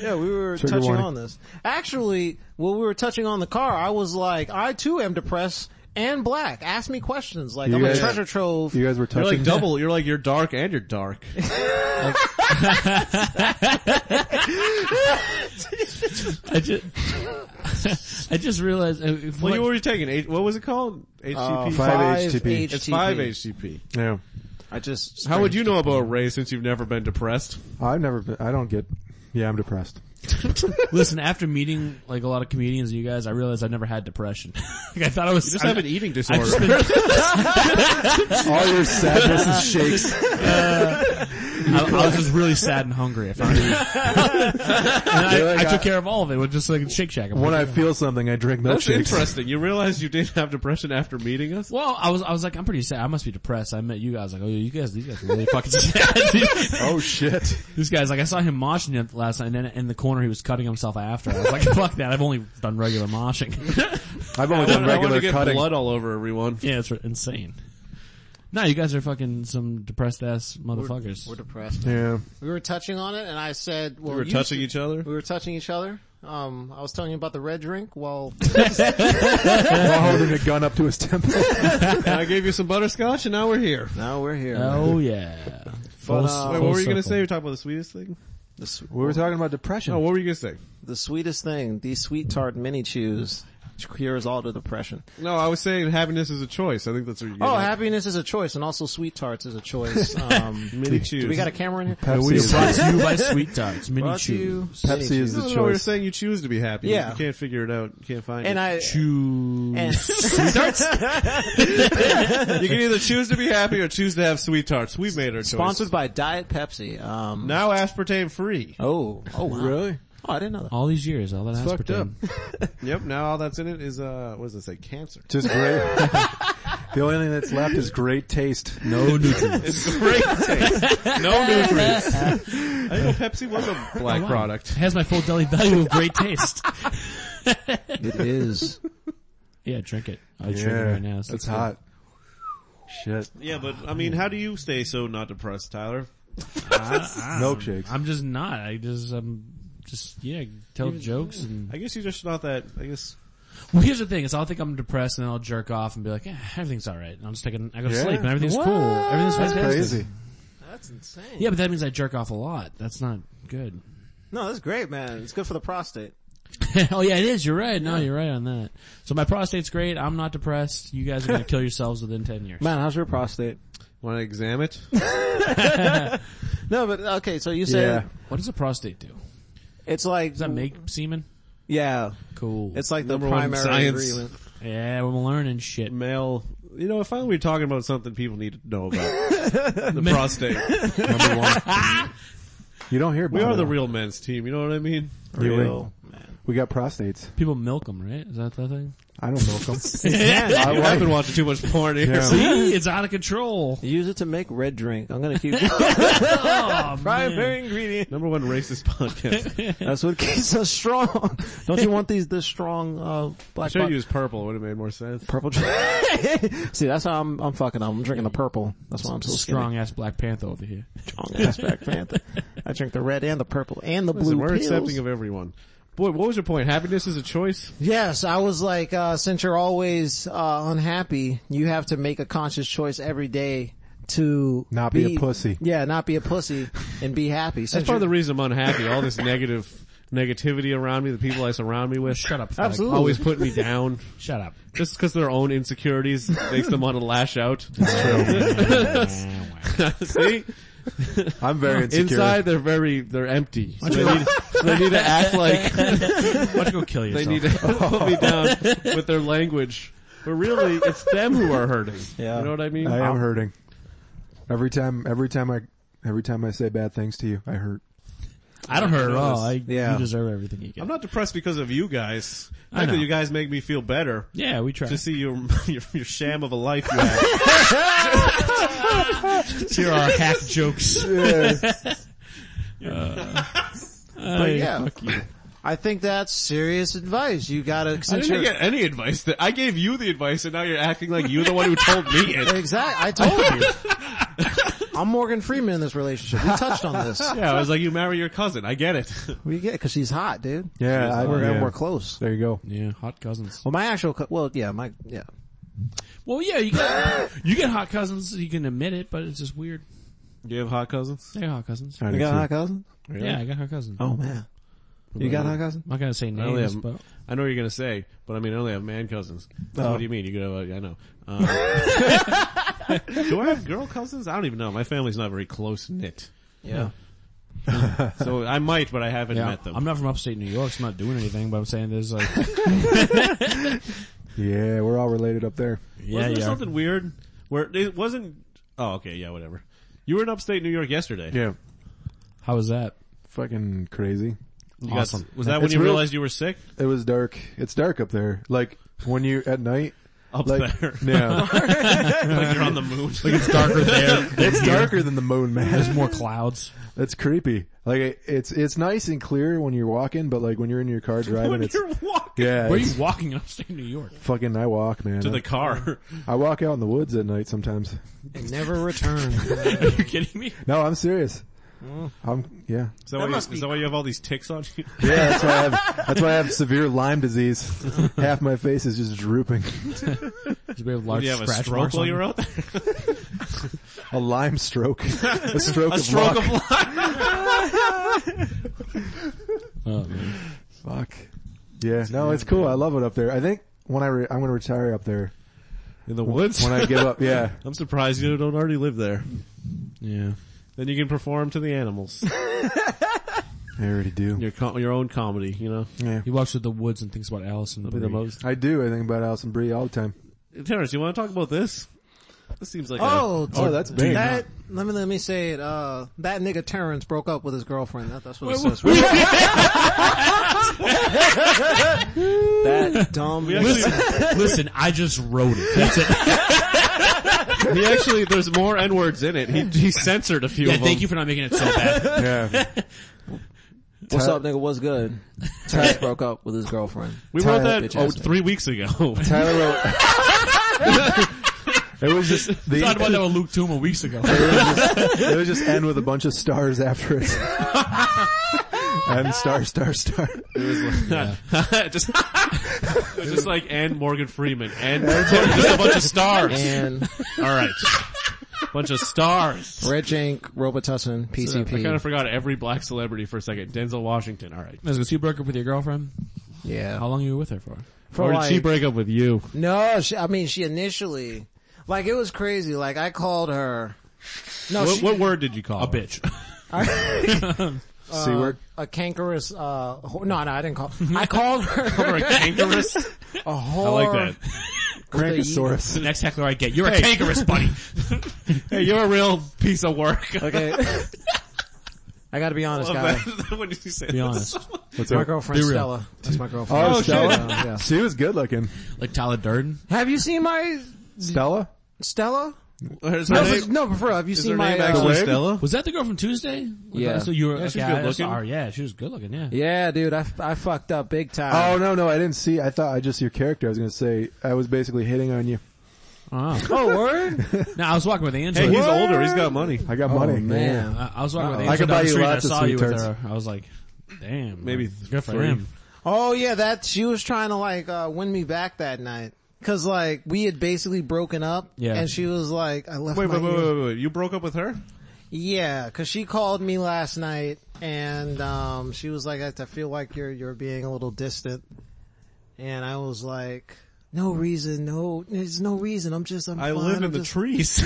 Speaker 4: Yeah, we were
Speaker 1: Trigger
Speaker 4: touching
Speaker 1: warning.
Speaker 4: on this. Actually, when we were touching on the car, I was like, I too am depressed and black. Ask me questions. Like,
Speaker 1: You
Speaker 4: I'm
Speaker 1: guys-
Speaker 4: a treasure trove.
Speaker 1: you guys were
Speaker 2: you're
Speaker 1: touching.
Speaker 2: like double. You're like you're dark and you're dark.
Speaker 3: I just, I just realized. uh, if
Speaker 2: Well,
Speaker 3: what-
Speaker 2: you were taking H- what was it called? HCP.
Speaker 4: Uh,
Speaker 1: Five HTP.
Speaker 2: It's five HCP.
Speaker 1: yeah.
Speaker 4: I just.
Speaker 2: How would you know about race since you've never been depressed?
Speaker 1: I've never been, I don't get, yeah, I'm depressed.
Speaker 3: listen, after meeting like a lot of comedians, and you guys, I realized I never had depression. like I thought I was.
Speaker 2: You just
Speaker 3: I-
Speaker 2: have an eating
Speaker 3: I've
Speaker 2: disorder.
Speaker 3: just been,
Speaker 1: All your sadness and shakes.
Speaker 3: I, I was just really sad and hungry. I found it. and I, I took care of all of it with just like a Shake Shack. I'm
Speaker 1: When
Speaker 3: like,
Speaker 1: I feel something, I drink
Speaker 2: That's
Speaker 1: milkshakes.
Speaker 2: interesting. You realize you didn't have depression after meeting us.
Speaker 3: well, I was, I was like, I'm pretty sad. I must be depressed. I met you guys. Like, oh, you guys, these guys are really fucking sad.
Speaker 1: Oh shit.
Speaker 3: This guy's like, I saw him moshing it last night, and then in the corner he was cutting himself after. I was like, fuck that, I've only done regular moshing.
Speaker 1: I've only done
Speaker 2: I wanted
Speaker 1: regular
Speaker 2: to get
Speaker 1: cutting.
Speaker 2: blood all over everyone.
Speaker 3: yeah, it's insane. No, you guys are fucking some depressed ass motherfuckers.
Speaker 4: We're depressed.
Speaker 1: Yeah.
Speaker 4: We were touching on it, and I said, well,
Speaker 2: We were
Speaker 4: you-
Speaker 2: touching each other.
Speaker 4: we were touching each other. Um, I was telling you about the red drink. Well,
Speaker 1: While holding a gun up to his temple.
Speaker 2: And I gave you some butterscotch, and now we're here.
Speaker 4: now we're here.
Speaker 3: oh yeah. Full,
Speaker 4: uh,
Speaker 2: Wait, what were you gonna say? We were talking about the sweetest thing.
Speaker 4: The, s-
Speaker 1: we were talking about depression.
Speaker 2: No, Oh, what were you gonna say?
Speaker 4: the sweetest thing, these sweet tart mini chews, cures all the depression.
Speaker 2: No, I was saying happiness is a choice. I think that's what you're
Speaker 4: Oh,
Speaker 2: getting at.
Speaker 4: happiness is a choice, and also sweet tarts is a choice. Um,
Speaker 2: Mini choose.
Speaker 4: do we got a camera in here?
Speaker 1: Pepsi
Speaker 3: We're
Speaker 1: is,
Speaker 3: brought to you by Sweet Tarts, Mini
Speaker 4: Brought to you-
Speaker 3: Chew.
Speaker 1: Pepsi is
Speaker 2: no,
Speaker 1: the
Speaker 2: no, no, we were
Speaker 1: choice.
Speaker 2: saying you choose to be happy.
Speaker 4: Yeah.
Speaker 2: You can't figure it out. You can't find
Speaker 4: And
Speaker 2: it.
Speaker 4: I
Speaker 3: Chew.
Speaker 4: and
Speaker 2: you can either choose to be happy or choose to have sweet tarts. We've made our
Speaker 4: sponsored
Speaker 2: choice.
Speaker 4: by Diet Pepsi. Um,
Speaker 2: Now aspartame free.
Speaker 4: oh, oh, wow.
Speaker 1: Really?
Speaker 4: Oh, I didn't know that.
Speaker 3: All these years, all that
Speaker 1: Fucked up.
Speaker 3: aspartame.
Speaker 2: Yep, now all that's in it is, uh, what does it say? Cancer.
Speaker 1: Just great. the only thing that's left is great taste.
Speaker 3: No nutrients.
Speaker 2: It's great taste. No nutrients. I didn't know Pepsi was a black product.
Speaker 3: Has my full deli value of great taste.
Speaker 4: It is.
Speaker 3: Yeah, drink it. I drink it
Speaker 1: Yeah.
Speaker 3: right now. so
Speaker 1: It's hot. Shit.
Speaker 2: Yeah, but I mean, how do you stay so not depressed, Tyler? Um,
Speaker 1: Milkshakes.
Speaker 3: I'm just not. I just, I'm just, yeah, tell jokes and
Speaker 2: I guess you're just not that, I guess,
Speaker 3: Well, here's the thing: is I'll think I'm depressed, and then I'll jerk off and be like, eh, "Everything's all right." And I'll just take a, I go to
Speaker 1: Yeah.
Speaker 3: sleep, and everything's cool. Everything's
Speaker 1: That's
Speaker 3: fantastic.
Speaker 1: crazy.
Speaker 4: That's insane.
Speaker 3: Yeah, but that means I jerk off a lot. That's not good.
Speaker 4: No, that's great, man. It's good for the prostate.
Speaker 3: oh yeah, it is. You're right. No, you're right on that. So my prostate's great. I'm not depressed. You guys are gonna kill yourselves within ten years.
Speaker 4: Man, how's your prostate?
Speaker 2: wanna exam it?
Speaker 4: No, but okay. So you said
Speaker 1: Yeah.
Speaker 3: What does a prostate do? Does
Speaker 4: it's like
Speaker 3: that make semen?
Speaker 4: yeah,
Speaker 3: Cool.
Speaker 4: it's like the
Speaker 2: Number one
Speaker 4: primary
Speaker 2: science.
Speaker 4: agreement.
Speaker 3: yeah, we're learning shit.
Speaker 2: Male, you know, finally we're talking about something people need to know about. the prostate.
Speaker 1: Number one. You don't hear about
Speaker 2: We are
Speaker 1: it.
Speaker 2: the real men's team, you know what I mean?
Speaker 1: You
Speaker 4: Real.
Speaker 1: ain't. We got prostates.
Speaker 3: People milk them, right? Is that the thing?
Speaker 1: I don't milk them.
Speaker 4: Yeah,
Speaker 1: I
Speaker 2: I've
Speaker 1: like
Speaker 2: been watching too much porn here.
Speaker 1: Yeah.
Speaker 3: See, it's out of control.
Speaker 4: use it to make red drink. I'm gonna keep going.
Speaker 3: Oh, man.
Speaker 4: primary ingredient.
Speaker 2: Number one racist podcast.
Speaker 4: That's what keeps us strong. Don't you want these this strong uh black
Speaker 2: Should
Speaker 4: buck-
Speaker 2: have used purple, would have made more sense.
Speaker 4: purple? drink? See, that's how I'm I'm fucking up. I'm drinking the purple. That's why I'm so
Speaker 3: Strong ass Black Panther over here.
Speaker 4: Strong ass Black Panther. I drink the red and the purple and the
Speaker 2: Listen,
Speaker 4: blue.
Speaker 2: we're
Speaker 4: pills.
Speaker 2: accepting of everyone. Boy, what was your point? Happiness is a choice?
Speaker 4: Yes, I was like, uh, since you're always uh, unhappy, you have to make a conscious choice every day to
Speaker 1: Not be a pussy.
Speaker 4: Yeah, not be a pussy and be happy. Since
Speaker 2: That's part of the
Speaker 4: you're-
Speaker 2: reason I'm unhappy. All this negative negativity around me, the people I surround me with.
Speaker 3: Shut up, fag.
Speaker 1: Absolutely.
Speaker 2: Always put me down.
Speaker 3: Shut up.
Speaker 2: Just because their own insecurities makes them want to lash out. See?
Speaker 1: I'm very insecure.
Speaker 2: Inside they're very, they're empty. So they, need, so they need to act like
Speaker 3: Why don't you go kill
Speaker 2: they
Speaker 3: yourself?
Speaker 2: need to put me down with their language. But really, it's them who are hurting.
Speaker 4: Yeah.
Speaker 2: You know what I mean?
Speaker 1: I am hurting. Every time, every time I, every time I say bad things to you, I hurt.
Speaker 3: I don't hurt at all. I,
Speaker 4: Yeah.
Speaker 3: You deserve everything you get.
Speaker 2: I'm not depressed because of you guys.
Speaker 3: I
Speaker 2: Actually,
Speaker 3: know.
Speaker 2: you guys make me feel better
Speaker 3: yeah, we try.
Speaker 2: to see your your, your sham of a life you have.
Speaker 3: Here are half jokes. Uh,
Speaker 4: But yeah, I think that's serious advice. You gotta since you're
Speaker 2: any advice. That I gave you the advice, and now you're acting like you're the one who told me it.
Speaker 4: exactly. I told you. I'm Morgan Freeman in this relationship. We touched on this.
Speaker 2: Yeah, I was like, you marry your cousin. I get it.
Speaker 4: We get because she's hot, dude.
Speaker 1: Yeah, I-
Speaker 4: we're,
Speaker 1: yeah.
Speaker 4: we're close.
Speaker 1: There you go.
Speaker 3: Yeah, hot cousins.
Speaker 4: Well, my actual, co- well, yeah, my, yeah.
Speaker 3: Well, yeah, you get you get hot cousins. You can admit it, but it's just weird.
Speaker 2: Do you have hot cousins?
Speaker 3: I got hot cousins.
Speaker 1: I
Speaker 4: You
Speaker 1: do
Speaker 4: got
Speaker 1: too.
Speaker 4: a hot cousin?
Speaker 3: Yeah, I got hot cousins.
Speaker 4: Oh man, you got a hot cousin?
Speaker 3: I'm not gonna say
Speaker 2: I only
Speaker 3: names,
Speaker 2: have.
Speaker 3: but
Speaker 2: I know what you're gonna say, but I mean, I only have man cousins. So What do you mean? You could have. A, I know. Um, do I have girl cousins? I don't even know. My family's not very close knit,
Speaker 4: Yeah.
Speaker 2: so I might, but I haven't met them.
Speaker 3: I'm not from upstate New York, so I'm not doing anything. But I'm saying there's like,
Speaker 1: Yeah, we're all related up there.
Speaker 3: yeah,
Speaker 2: Wasn't
Speaker 3: yeah.
Speaker 2: there something weird where it wasn't? Oh, okay, yeah, whatever. You were in upstate New York yesterday.
Speaker 1: Yeah,
Speaker 3: How was that?
Speaker 1: fucking crazy.
Speaker 2: You got-
Speaker 3: Awesome.
Speaker 2: was that when
Speaker 1: It's
Speaker 2: you
Speaker 1: real-
Speaker 2: realized you were sick?
Speaker 1: It was dark. It's dark up there. Like when you at night.
Speaker 2: Up
Speaker 1: Like,
Speaker 2: there,
Speaker 1: yeah,
Speaker 2: like you're on the moon.
Speaker 3: It's darker there.
Speaker 1: it's darker than the moon, man.
Speaker 3: There's more clouds.
Speaker 1: That's creepy. Like it- it's it's nice and clear when you're walking, but like when you're in your car driving,
Speaker 2: when
Speaker 1: it's
Speaker 2: you're walking
Speaker 1: yeah,
Speaker 3: Where are
Speaker 1: it's
Speaker 3: you walking in upstate New York?
Speaker 1: fucking. I walk, man.
Speaker 2: to
Speaker 1: I,
Speaker 2: the car,
Speaker 1: I walk out in the woods at night sometimes.
Speaker 4: And never returned.
Speaker 3: Are you kidding me?
Speaker 1: No, I'm serious.
Speaker 2: Mm.
Speaker 1: I'm yeah.
Speaker 2: is that, why you,
Speaker 4: must be-
Speaker 2: is that why you have all these ticks on you?
Speaker 1: Yeah, that's why I have that's why I have severe Lyme disease. Half my face is just drooping.
Speaker 3: Did we have large
Speaker 2: you have a
Speaker 3: scratch
Speaker 2: stroke
Speaker 3: marks
Speaker 2: while
Speaker 3: on
Speaker 2: you
Speaker 3: you?
Speaker 2: were out there?
Speaker 1: A Lyme stroke. A stroke
Speaker 2: A
Speaker 1: of
Speaker 2: stroke
Speaker 1: luck.
Speaker 2: of life.
Speaker 3: Oh, man.
Speaker 1: Fuck. Yeah. No, it's cool. I love it up there. I think when I re- I'm going to retire up there.
Speaker 2: In the woods?
Speaker 1: When I give up, yeah.
Speaker 2: I'm surprised you don't already live there.
Speaker 3: Yeah.
Speaker 2: Then you can perform to the animals.
Speaker 1: I already do.
Speaker 2: your com- your own comedy, you know?
Speaker 1: Yeah.
Speaker 3: He walks through the woods and thinks about Allison.
Speaker 2: Be the most.
Speaker 1: I do. I think about Alison Brie all the time.
Speaker 2: Terrence, you want to talk about this? This seems like a...
Speaker 4: Oh,
Speaker 1: Oh, that's big.
Speaker 4: That, let me, let me say it, uh, that nigga Terrence broke up with his girlfriend. That, that's what it says. that dumb.
Speaker 2: We actually,
Speaker 3: Listen, I just wrote it. That's it.
Speaker 2: he actually, there's more N-words in it. He, he censored a few
Speaker 3: Yeah,
Speaker 2: of them.
Speaker 3: thank you for not making it so bad.
Speaker 1: Yeah.
Speaker 5: What's up, nigga? What's good? Terrence broke up with his girlfriend.
Speaker 2: We wrote
Speaker 1: Tyler,
Speaker 2: that
Speaker 5: bitch
Speaker 2: oh,
Speaker 5: ass nigga.
Speaker 2: three weeks ago.
Speaker 1: Tyler wrote. it was just the
Speaker 3: Talked about that with Luke Tuma weeks ago.
Speaker 1: it would just end with a bunch of stars after it. and star, star, star.
Speaker 2: just, just like and Morgan Freeman and just a bunch of stars.
Speaker 4: And
Speaker 2: All right, bunch of stars.
Speaker 4: Rich Ink, Robitussin,
Speaker 2: I
Speaker 4: PCP.
Speaker 2: kind of forgot every black celebrity for a second. Denzel Washington. All right.
Speaker 3: So you broke up with your girlfriend. How
Speaker 4: yeah.
Speaker 3: long you were with her for?
Speaker 4: For like-
Speaker 2: break up with you?
Speaker 4: No, she, I mean, she initially, like it was crazy. Like I called her. No,
Speaker 2: What,
Speaker 4: she,
Speaker 2: what word did you call
Speaker 3: A bitch.
Speaker 1: C word.
Speaker 4: a cankerous, uh, wh- no, no, I didn't call, I called her
Speaker 2: Or a cankerous?
Speaker 4: a whore.
Speaker 2: I like that.
Speaker 1: Crankosaurus.
Speaker 3: the next heckler I get. You're a cankerous buddy.
Speaker 2: Hey, you're a real piece of work.
Speaker 4: Okay. I gotta be honest, guys.
Speaker 2: when did you say
Speaker 3: Be
Speaker 2: that?
Speaker 3: honest.
Speaker 1: What's
Speaker 4: My
Speaker 1: up?
Speaker 4: girlfriend
Speaker 3: Be real.
Speaker 4: Stella. That's my girlfriend.
Speaker 1: Oh,
Speaker 2: Oh,
Speaker 1: Stella.
Speaker 2: shit.
Speaker 4: Uh, yeah.
Speaker 1: She was good looking.
Speaker 3: Like Tyler Durden.
Speaker 4: Have you seen my
Speaker 1: Stella?
Speaker 4: Stella?
Speaker 2: Is
Speaker 4: No,
Speaker 2: Uh, her
Speaker 4: but-
Speaker 2: name,
Speaker 4: no, but for real, have you
Speaker 2: is
Speaker 4: seen
Speaker 2: her
Speaker 4: my?
Speaker 2: name
Speaker 4: uh,
Speaker 2: actually Stella?
Speaker 3: Was that the girl from Tuesday? Was
Speaker 5: Yeah.
Speaker 3: that- So you were. Yeah,
Speaker 2: she's good looking.
Speaker 3: yeah, she was good looking. Yeah.
Speaker 4: yeah, dude, I, I fucked up big time.
Speaker 1: Oh no, no, I didn't see. I thought I just your character. I was gonna say I was basically hitting on you.
Speaker 3: Oh.
Speaker 4: Oh, word?
Speaker 3: now I was walking with
Speaker 2: Hey,
Speaker 3: Angela.
Speaker 2: he's older. He's got money.
Speaker 1: I got money.
Speaker 5: Man.
Speaker 3: I, I was walking with
Speaker 1: I
Speaker 3: Angela.
Speaker 1: could buy
Speaker 3: down the
Speaker 1: you
Speaker 3: street and
Speaker 1: lots
Speaker 3: I
Speaker 1: of
Speaker 3: saw you with
Speaker 1: sweethearts.
Speaker 3: her. I was like, damn.
Speaker 2: Maybe
Speaker 3: good for
Speaker 2: three.
Speaker 3: him.
Speaker 4: Oh yeah, that she was trying to like uh, win me back that night because like we had basically broken up.
Speaker 3: Yeah.
Speaker 4: and she was like, I left
Speaker 2: Wait,
Speaker 4: my.
Speaker 2: wait, wait,
Speaker 4: ear-
Speaker 2: wait, wait, wait. You broke up with her?
Speaker 4: Yeah, because she called me last night and um, she was like, "I I feel like you're you're being a little distant," and I was like. No reason, no, there's no reason. I'm just, I'm
Speaker 2: I
Speaker 4: fine,
Speaker 2: live
Speaker 4: I'm
Speaker 2: in the
Speaker 4: just-
Speaker 2: trees.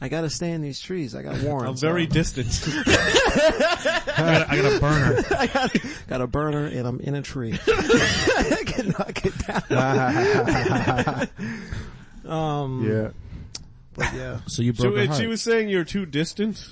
Speaker 4: I gotta stay in these trees. I got warrants.
Speaker 2: I'm very distant.
Speaker 3: I got a burner.
Speaker 4: I got, got a burner and I'm in a tree. I can knock it down. Um,
Speaker 1: yeah.
Speaker 4: but yeah,
Speaker 3: So you broke
Speaker 2: So
Speaker 3: her
Speaker 2: wait,
Speaker 3: heart.
Speaker 2: she was saying you're too distant.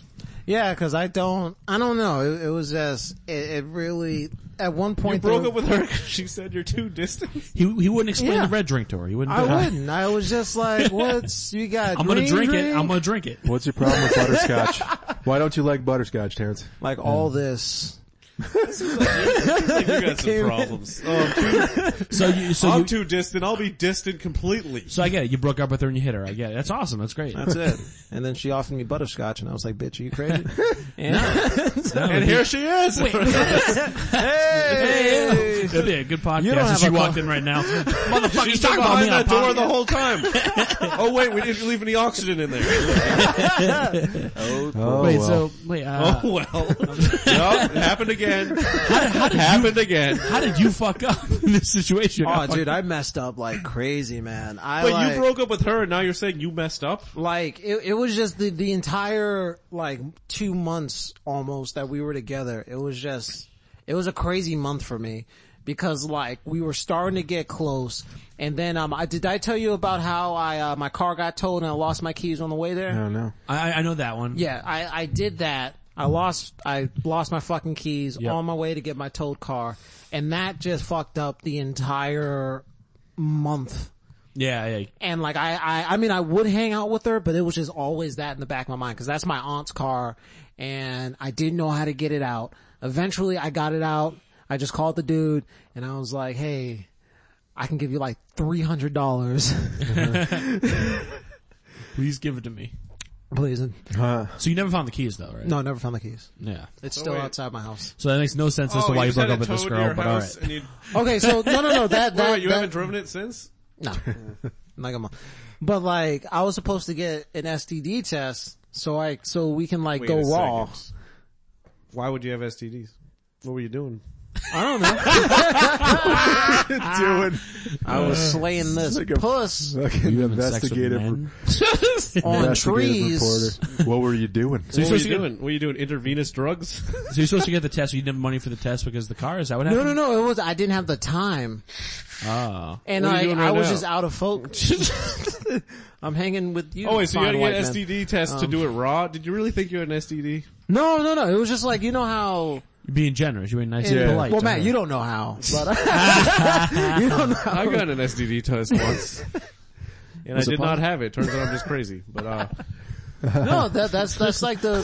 Speaker 4: yeah. Because I don't, I don't know. It, it was just, it, it really at one
Speaker 2: You
Speaker 4: point
Speaker 2: broke
Speaker 4: there-
Speaker 2: up with her 'cause she said you're too distant.
Speaker 3: he, he wouldn't explain
Speaker 4: Yeah.
Speaker 3: the red drink to her. He wouldn't.
Speaker 4: I
Speaker 3: do it.
Speaker 4: wouldn't. I was just like, what's you got?
Speaker 3: I'm gonna
Speaker 4: green
Speaker 3: drink it.
Speaker 4: drink?
Speaker 3: I'm gonna drink it.
Speaker 1: What's your problem with butterscotch? Why don't you like butterscotch, Terrence?
Speaker 4: like all this.
Speaker 2: Like, you got some problems. Oh, I'm, too,
Speaker 3: So you, so
Speaker 2: I'm
Speaker 3: you,
Speaker 2: too distant. I'll be distant completely.
Speaker 3: so I get it. You broke up with her and you hit her. I get it. That's awesome. That's great.
Speaker 4: That's it. And then she offered me butterscotch, and I was like, "Bitch, are you crazy?"
Speaker 2: And here she is.
Speaker 3: Hey, that'd be a good podcast. if
Speaker 4: don't have
Speaker 3: she
Speaker 4: a
Speaker 3: walked
Speaker 4: co-
Speaker 3: in right now. Motherfucker,
Speaker 2: She's
Speaker 3: you
Speaker 2: been
Speaker 3: talking about me
Speaker 2: behind
Speaker 3: on
Speaker 2: that door
Speaker 3: podcast?
Speaker 2: the whole time. oh wait, we didn't leave any oxygen in there.
Speaker 1: Oh,
Speaker 3: Wait,
Speaker 1: well.
Speaker 3: so wait, uh,
Speaker 2: Oh well. Yup, it happened again. happened again.
Speaker 3: how did you fuck up in this situation?
Speaker 4: oh, dude, I messed up like crazy, man. I
Speaker 2: But
Speaker 4: like,
Speaker 2: you broke up with her and now you're saying you messed up?
Speaker 4: like it, it was just the, the entire like two months almost that we were together. It was just, it was a crazy month for me because like we were starting to get close. And then, um, I, did I tell you about how I, uh, my car got towed and I lost my keys on the way there?
Speaker 1: I don't know.
Speaker 3: I, I know that one.
Speaker 4: Yeah, I, I did that. I lost, I lost my fucking keys on my way to get my towed car. And that just fucked up the entire month
Speaker 3: yeah, yeah.
Speaker 4: and like I, I, I mean, I would hang out with her, but it was just always that in the back of my mind because that's my aunt's car, and I didn't know how to get it out. Eventually, I got it out. I just called the dude, and I was like, "Hey, I can give you like three hundred dollars,
Speaker 3: Please give it to me.
Speaker 4: please."
Speaker 1: Huh.
Speaker 3: So you never found the keys though, right?
Speaker 4: No, I never found the keys.
Speaker 3: Yeah.
Speaker 4: It's still
Speaker 2: wait.
Speaker 4: outside my house.
Speaker 3: So that makes no sense
Speaker 2: Oh,
Speaker 3: as to why you broke up with this girl. But all right.
Speaker 2: And you,
Speaker 4: Okay, so no, no, no. That
Speaker 2: wait,
Speaker 4: that
Speaker 2: you
Speaker 4: that-
Speaker 2: haven't driven it since?
Speaker 4: No. like I'm but like I was supposed to get an STD test so I so we can like
Speaker 2: Wait
Speaker 4: go
Speaker 2: a
Speaker 4: raw.
Speaker 2: second. Why would you have STDs? What were you doing?
Speaker 4: I don't know.
Speaker 1: Doing
Speaker 4: I was slaying this
Speaker 1: like a-
Speaker 4: puss
Speaker 1: fucking
Speaker 3: Sex with
Speaker 1: investigative,
Speaker 3: men?
Speaker 4: on
Speaker 1: investigative
Speaker 4: trees.
Speaker 1: reporter. What were you doing?
Speaker 2: What were
Speaker 3: supposed
Speaker 2: you
Speaker 3: to get-
Speaker 2: doing? Were you doing intravenous drugs?
Speaker 3: So you're supposed to get the test. but You didn't have money for the test because the car is that what
Speaker 4: No,
Speaker 3: happened?
Speaker 4: no, no. It was I didn't have the time,
Speaker 3: Oh.
Speaker 4: and
Speaker 2: What are you
Speaker 4: I,
Speaker 2: doing
Speaker 4: I
Speaker 2: right
Speaker 4: was
Speaker 2: now?
Speaker 4: just out of focus. I'm hanging with you.
Speaker 2: oh wait, so you
Speaker 4: fine
Speaker 2: had to
Speaker 4: white
Speaker 2: get an
Speaker 4: man.
Speaker 2: STD test to do it raw? Did you really think you had an STD?
Speaker 4: No, no, no. It was just like you know how.
Speaker 3: You're being generous. You're being nice and
Speaker 1: Yeah.
Speaker 3: polite.
Speaker 4: well,
Speaker 3: to
Speaker 4: Matt,
Speaker 3: her.
Speaker 4: you don't know how. But you don't know.
Speaker 2: I got an STD test once. Oh. And I
Speaker 4: it
Speaker 2: did
Speaker 4: fun?
Speaker 2: not have it. Turns out I'm just crazy. But uh,
Speaker 4: No, that that's that's like the.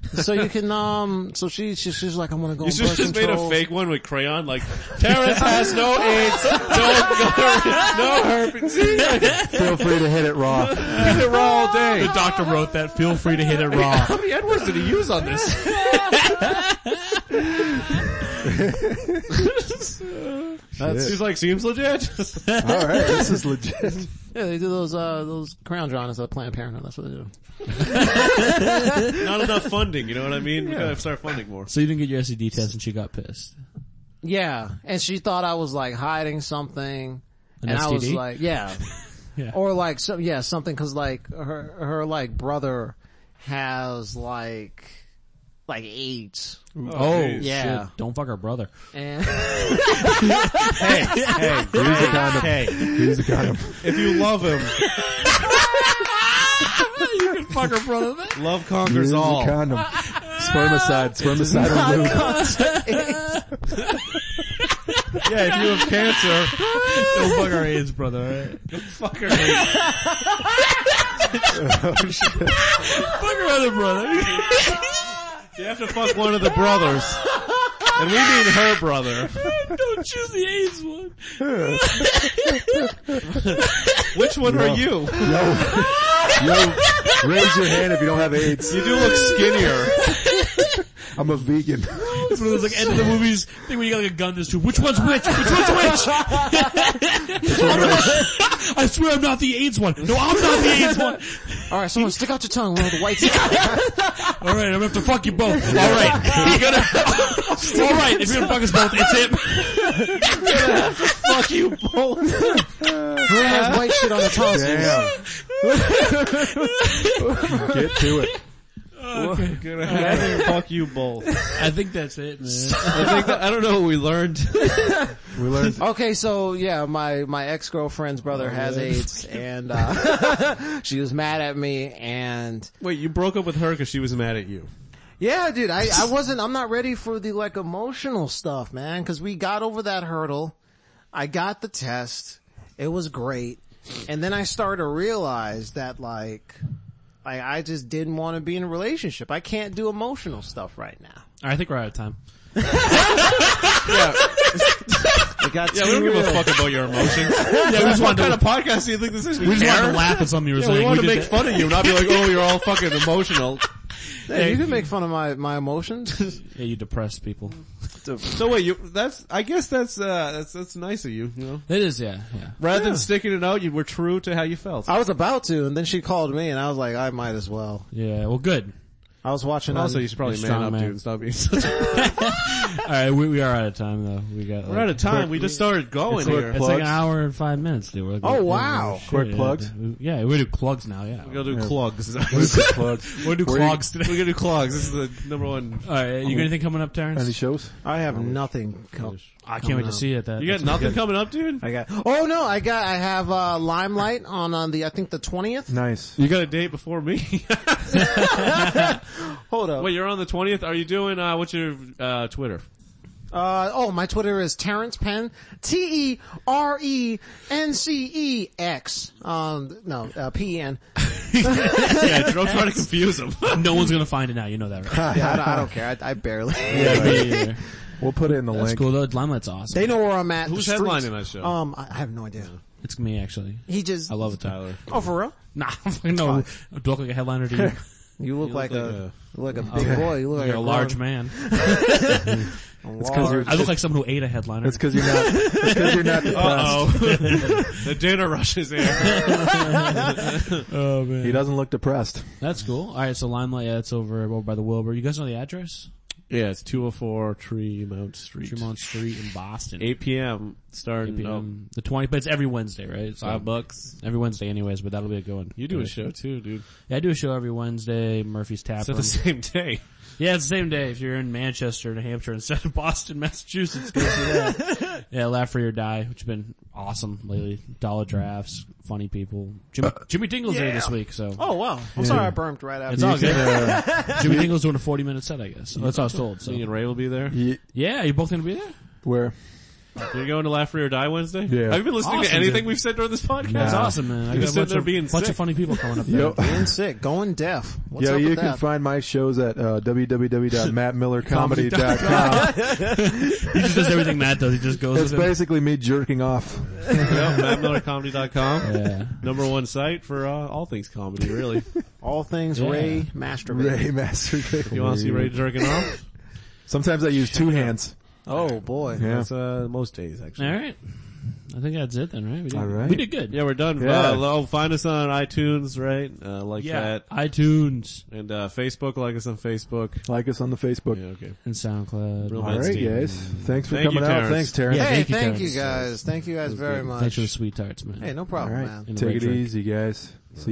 Speaker 4: So you can um. So she, she she's like I'm gonna go.
Speaker 2: you
Speaker 4: on
Speaker 2: should
Speaker 4: birth
Speaker 2: just made a
Speaker 4: control.
Speaker 2: fake one with crayon like, Terrence has no AIDS, no, gonorrhea, no herpes.
Speaker 1: Feel free to hit it raw.
Speaker 2: Keep it raw all day.
Speaker 3: The doctor wrote that. Feel free to hit it raw.
Speaker 2: How many Edwards did he use on this? He's like, seems legit.
Speaker 1: All right, this is legit.
Speaker 4: Yeah, they do those uh those crown drawings at Planned Parenthood. That's what they do.
Speaker 2: Not enough funding, you know what I mean? We gotta start funding more.
Speaker 3: So you didn't get your STD test and she got pissed.
Speaker 4: Yeah, and she thought I was like hiding something,
Speaker 3: An
Speaker 4: and I was
Speaker 3: STD?
Speaker 4: like, yeah,
Speaker 3: Yeah.
Speaker 4: or like some yeah something because like her her like brother has like like AIDS,
Speaker 2: Oh, geez.
Speaker 4: yeah,
Speaker 3: Shit, don't fuck her brother.
Speaker 4: and
Speaker 2: Hey,
Speaker 1: Use the condom. Use the condom.
Speaker 2: if you love him,
Speaker 3: fuck her brother.
Speaker 2: love
Speaker 1: Use
Speaker 2: conquers
Speaker 1: the
Speaker 2: all.
Speaker 1: condom. Spermicide. Spermicide on lube.
Speaker 2: yeah, if you have cancer,
Speaker 3: don't fuck her AIDS brother. Right?
Speaker 2: fuck her.
Speaker 3: fuck her other brother.
Speaker 2: You have to fuck one of the brothers. And we mean her brother.
Speaker 3: don't choose the AIDS one.
Speaker 2: Which one are you?
Speaker 1: Yo, yo, raise your hand if you don't have AIDS.
Speaker 2: You do look skinnier.
Speaker 1: I'm a vegan.
Speaker 3: It's one of those like end of the movies thing when you got like a gun. There's two. Which one's which? Which one's which? I'm not- I swear I'm not the AIDS one. No, I'm not the AIDS one.
Speaker 4: All right, someone stick out your tongue. We're the white guy.
Speaker 3: All right, I'm gonna have to fuck you both. All right, you're gonna. All right, if you're gonna fuck us both, it's him.
Speaker 2: Fuck you both.
Speaker 4: Who has white shit on their tongue?
Speaker 1: Damn. Get to it.
Speaker 2: Fuck you both.
Speaker 3: I think that's it, man.
Speaker 2: I think that, I don't know what we learned.
Speaker 1: We learned.
Speaker 4: Okay, so yeah, my my ex girlfriend's
Speaker 3: Oh,
Speaker 4: brother has AIDS, and uh, she was mad at me, and
Speaker 2: Wait, you broke up with her because she was mad at you.
Speaker 4: yeah, dude, I I wasn't, I'm not ready for the like emotional stuff, man, because we got over that hurdle. I got the test, it was great, and then I started to realize that like, I I just didn't want to be in a relationship. I can't do emotional stuff right now.
Speaker 3: I think we're out of time.
Speaker 4: It got
Speaker 2: Yeah,
Speaker 4: too
Speaker 2: we don't give a
Speaker 4: real.
Speaker 2: fuck about your emotions.
Speaker 3: Yeah, we just
Speaker 2: what
Speaker 3: wanted
Speaker 2: kind
Speaker 3: to,
Speaker 2: of podcast do you think this is? We,
Speaker 3: we just wanted
Speaker 2: care?
Speaker 3: to laugh at something you were
Speaker 2: Yeah,
Speaker 3: saying.
Speaker 2: we wanted to
Speaker 3: did
Speaker 2: make
Speaker 3: that.
Speaker 2: fun of you, not be like, oh, you're all fucking emotional.
Speaker 4: Hey, you can make fun of my my emotions.
Speaker 3: Yeah, you depressed people.
Speaker 2: So wait, you, that's, I guess that's, uh, that's, that's nice of you, you know?
Speaker 3: It is, yeah, yeah.
Speaker 2: Rather than sticking it out, you were true to how you felt.
Speaker 4: I was about to, and then she called me, and I was like, I might as well.
Speaker 3: Yeah, well good.
Speaker 4: I was watching.
Speaker 2: also,
Speaker 4: on-
Speaker 2: you should probably
Speaker 3: You're
Speaker 2: man
Speaker 3: strong,
Speaker 2: up,
Speaker 3: man.
Speaker 2: dude, and stop being such a-
Speaker 3: Alright, we, we are out of time though. We got
Speaker 2: We're out of time, we just started going
Speaker 3: It's,
Speaker 2: here.
Speaker 3: like, it's like an hour and five minutes, dude. We're like,
Speaker 4: Oh,
Speaker 3: we're-
Speaker 4: wow.
Speaker 3: shit,
Speaker 1: Quick
Speaker 3: yeah,
Speaker 1: plugs?
Speaker 3: dude. Yeah, we do plugs now. Yeah,
Speaker 2: We're gonna do clogs.
Speaker 3: we'll do clogs
Speaker 2: We're
Speaker 3: today.
Speaker 2: gonna do clogs, this is the number one.
Speaker 3: All right, you got anything coming up, Terrence?
Speaker 1: Any shows?
Speaker 4: I have nothing. co-
Speaker 3: I can't wait to see you at that.
Speaker 2: You got nothing coming up, dude?
Speaker 4: I got. Oh no, I got. I have uh, Limelight on on the. I think the twentieth.
Speaker 1: Nice.
Speaker 2: You got a date before me?
Speaker 4: Hold up.
Speaker 2: Wait, you're on the 20th? Are you doing, uh, what's your, uh, Twitter?
Speaker 4: Uh, oh, my Twitter is Terrence Penn. T E R E N C E X. Um, no, uh, P E N.
Speaker 2: Yeah, don't try to confuse them.
Speaker 3: no one's gonna find it now. You know that, right?
Speaker 4: Yeah, I don't, I don't care. I, I barely.
Speaker 3: yeah,
Speaker 1: We'll put it in the
Speaker 3: that's
Speaker 1: link.
Speaker 3: cool though. Limelight's awesome.
Speaker 4: They know where I'm at.
Speaker 2: Who's
Speaker 4: the streets.
Speaker 2: headlining that show?
Speaker 4: Um, I, I have no idea.
Speaker 3: It's me actually.
Speaker 4: He just.
Speaker 3: I love it, Tyler.
Speaker 2: Tyler.
Speaker 4: Oh, for real?
Speaker 3: Nah, no. Do I look like a headliner to you?
Speaker 4: You look like,
Speaker 2: like
Speaker 4: a, you look like a big boy. You look like
Speaker 3: You're a
Speaker 4: grown-
Speaker 3: large man.
Speaker 4: large-
Speaker 3: I look like someone who ate a headliner.
Speaker 1: It's because you're not. It's because you're not depressed.
Speaker 2: Oh, the dinner rush is here.
Speaker 3: oh
Speaker 1: He
Speaker 3: man,
Speaker 1: doesn't look depressed.
Speaker 3: that's cool. All right, so Limelight, yeah, it's over over by the Wilbur. You guys know the address?
Speaker 2: Yeah, it's 204 Tremont Street.
Speaker 3: Tremont Street in Boston.
Speaker 2: 8 p.m. starting.
Speaker 3: 8 p.m. The 20th, but it's every Wednesday, right? So
Speaker 2: Five bucks.
Speaker 3: every Wednesday, anyways. But that'll be a good one.
Speaker 2: You do a show too, dude. Um,
Speaker 3: Yeah, I do a show every Wednesday. Murphy's Tap.
Speaker 2: So
Speaker 3: Room.
Speaker 2: the same day.
Speaker 3: Yeah, it's the same day. If you're in Manchester, New Hampshire, instead of Boston, Massachusetts, go see that. yeah, Laugh Free or Die, which has been awesome lately. Dollar drafts, funny people. Jimmy,
Speaker 2: Uh,
Speaker 3: Jimmy Dingle's there this week, so.
Speaker 4: Oh wow. I'm sorry I burned right after.
Speaker 3: It's all good. Jimmy Dingle's doing a 40 minute set, I guess. That's what I was told, so.
Speaker 2: Me and Ray will be there.
Speaker 1: Ye-
Speaker 3: Yeah, you're both gonna be there?
Speaker 1: where?
Speaker 2: You're going to Laugh Free or Die Wednesday?
Speaker 1: Yeah.
Speaker 2: Have you been listening to
Speaker 3: Awesome,
Speaker 2: anything
Speaker 3: dude.
Speaker 2: we've said during this podcast?
Speaker 3: That's
Speaker 1: Yeah.
Speaker 3: awesome, man. I
Speaker 2: You're
Speaker 3: got a
Speaker 2: sitting
Speaker 3: bunch,
Speaker 2: there
Speaker 3: of,
Speaker 2: being
Speaker 3: bunch
Speaker 2: sick.
Speaker 3: of funny people coming up there.
Speaker 1: Yo,
Speaker 4: Being sick, going deaf. What's
Speaker 1: yo,
Speaker 4: up
Speaker 1: you
Speaker 4: with
Speaker 1: can
Speaker 4: that?
Speaker 1: find my shows at uh, www.mattmillercomedy.com.
Speaker 3: He just does everything Matt does. He just goes
Speaker 1: it's
Speaker 3: with it.
Speaker 1: basically me jerking off.
Speaker 2: Yeah, MattMillerComedy.com.
Speaker 3: Yeah.
Speaker 2: Number one site for uh, all things comedy, really. If
Speaker 4: All things
Speaker 3: Yeah.
Speaker 4: Ray masturbating.
Speaker 1: Ray masturbate.
Speaker 2: you want to see Ray jerking off?
Speaker 1: Sometimes I use two hands.
Speaker 4: Oh boy.
Speaker 1: Yeah.
Speaker 2: That's uh, most days, actually.
Speaker 3: Alright. I think that's it then, right? We did,
Speaker 1: All right.
Speaker 3: We did good.
Speaker 2: Yeah, we're done.
Speaker 1: Yeah.
Speaker 2: Uh, oh, find us on iTunes, right? Uh, like
Speaker 3: Yeah.
Speaker 2: that.
Speaker 3: iTunes
Speaker 2: And uh, Facebook, like us on Facebook.
Speaker 1: Like us on the Facebook.
Speaker 2: Yeah, okay.
Speaker 3: and SoundCloud.
Speaker 2: Real
Speaker 1: All
Speaker 2: Thanks,
Speaker 1: right,
Speaker 2: Steve.
Speaker 1: guys. Thanks for
Speaker 2: Thank
Speaker 1: coming
Speaker 2: you,
Speaker 1: out.
Speaker 2: Terrence.
Speaker 1: Thanks, Terrence.
Speaker 3: Yeah,
Speaker 4: Hey,
Speaker 3: thank
Speaker 4: thank,
Speaker 3: you,
Speaker 4: you,
Speaker 3: Terrence.
Speaker 4: guys. Thank you guys very much.
Speaker 3: Thanks for the sweethearts, man.
Speaker 4: Hey, no
Speaker 1: All
Speaker 4: problem,
Speaker 1: right.
Speaker 4: man.
Speaker 3: In the
Speaker 1: Take
Speaker 3: red
Speaker 1: it
Speaker 3: shirt.
Speaker 1: easy, guys. See.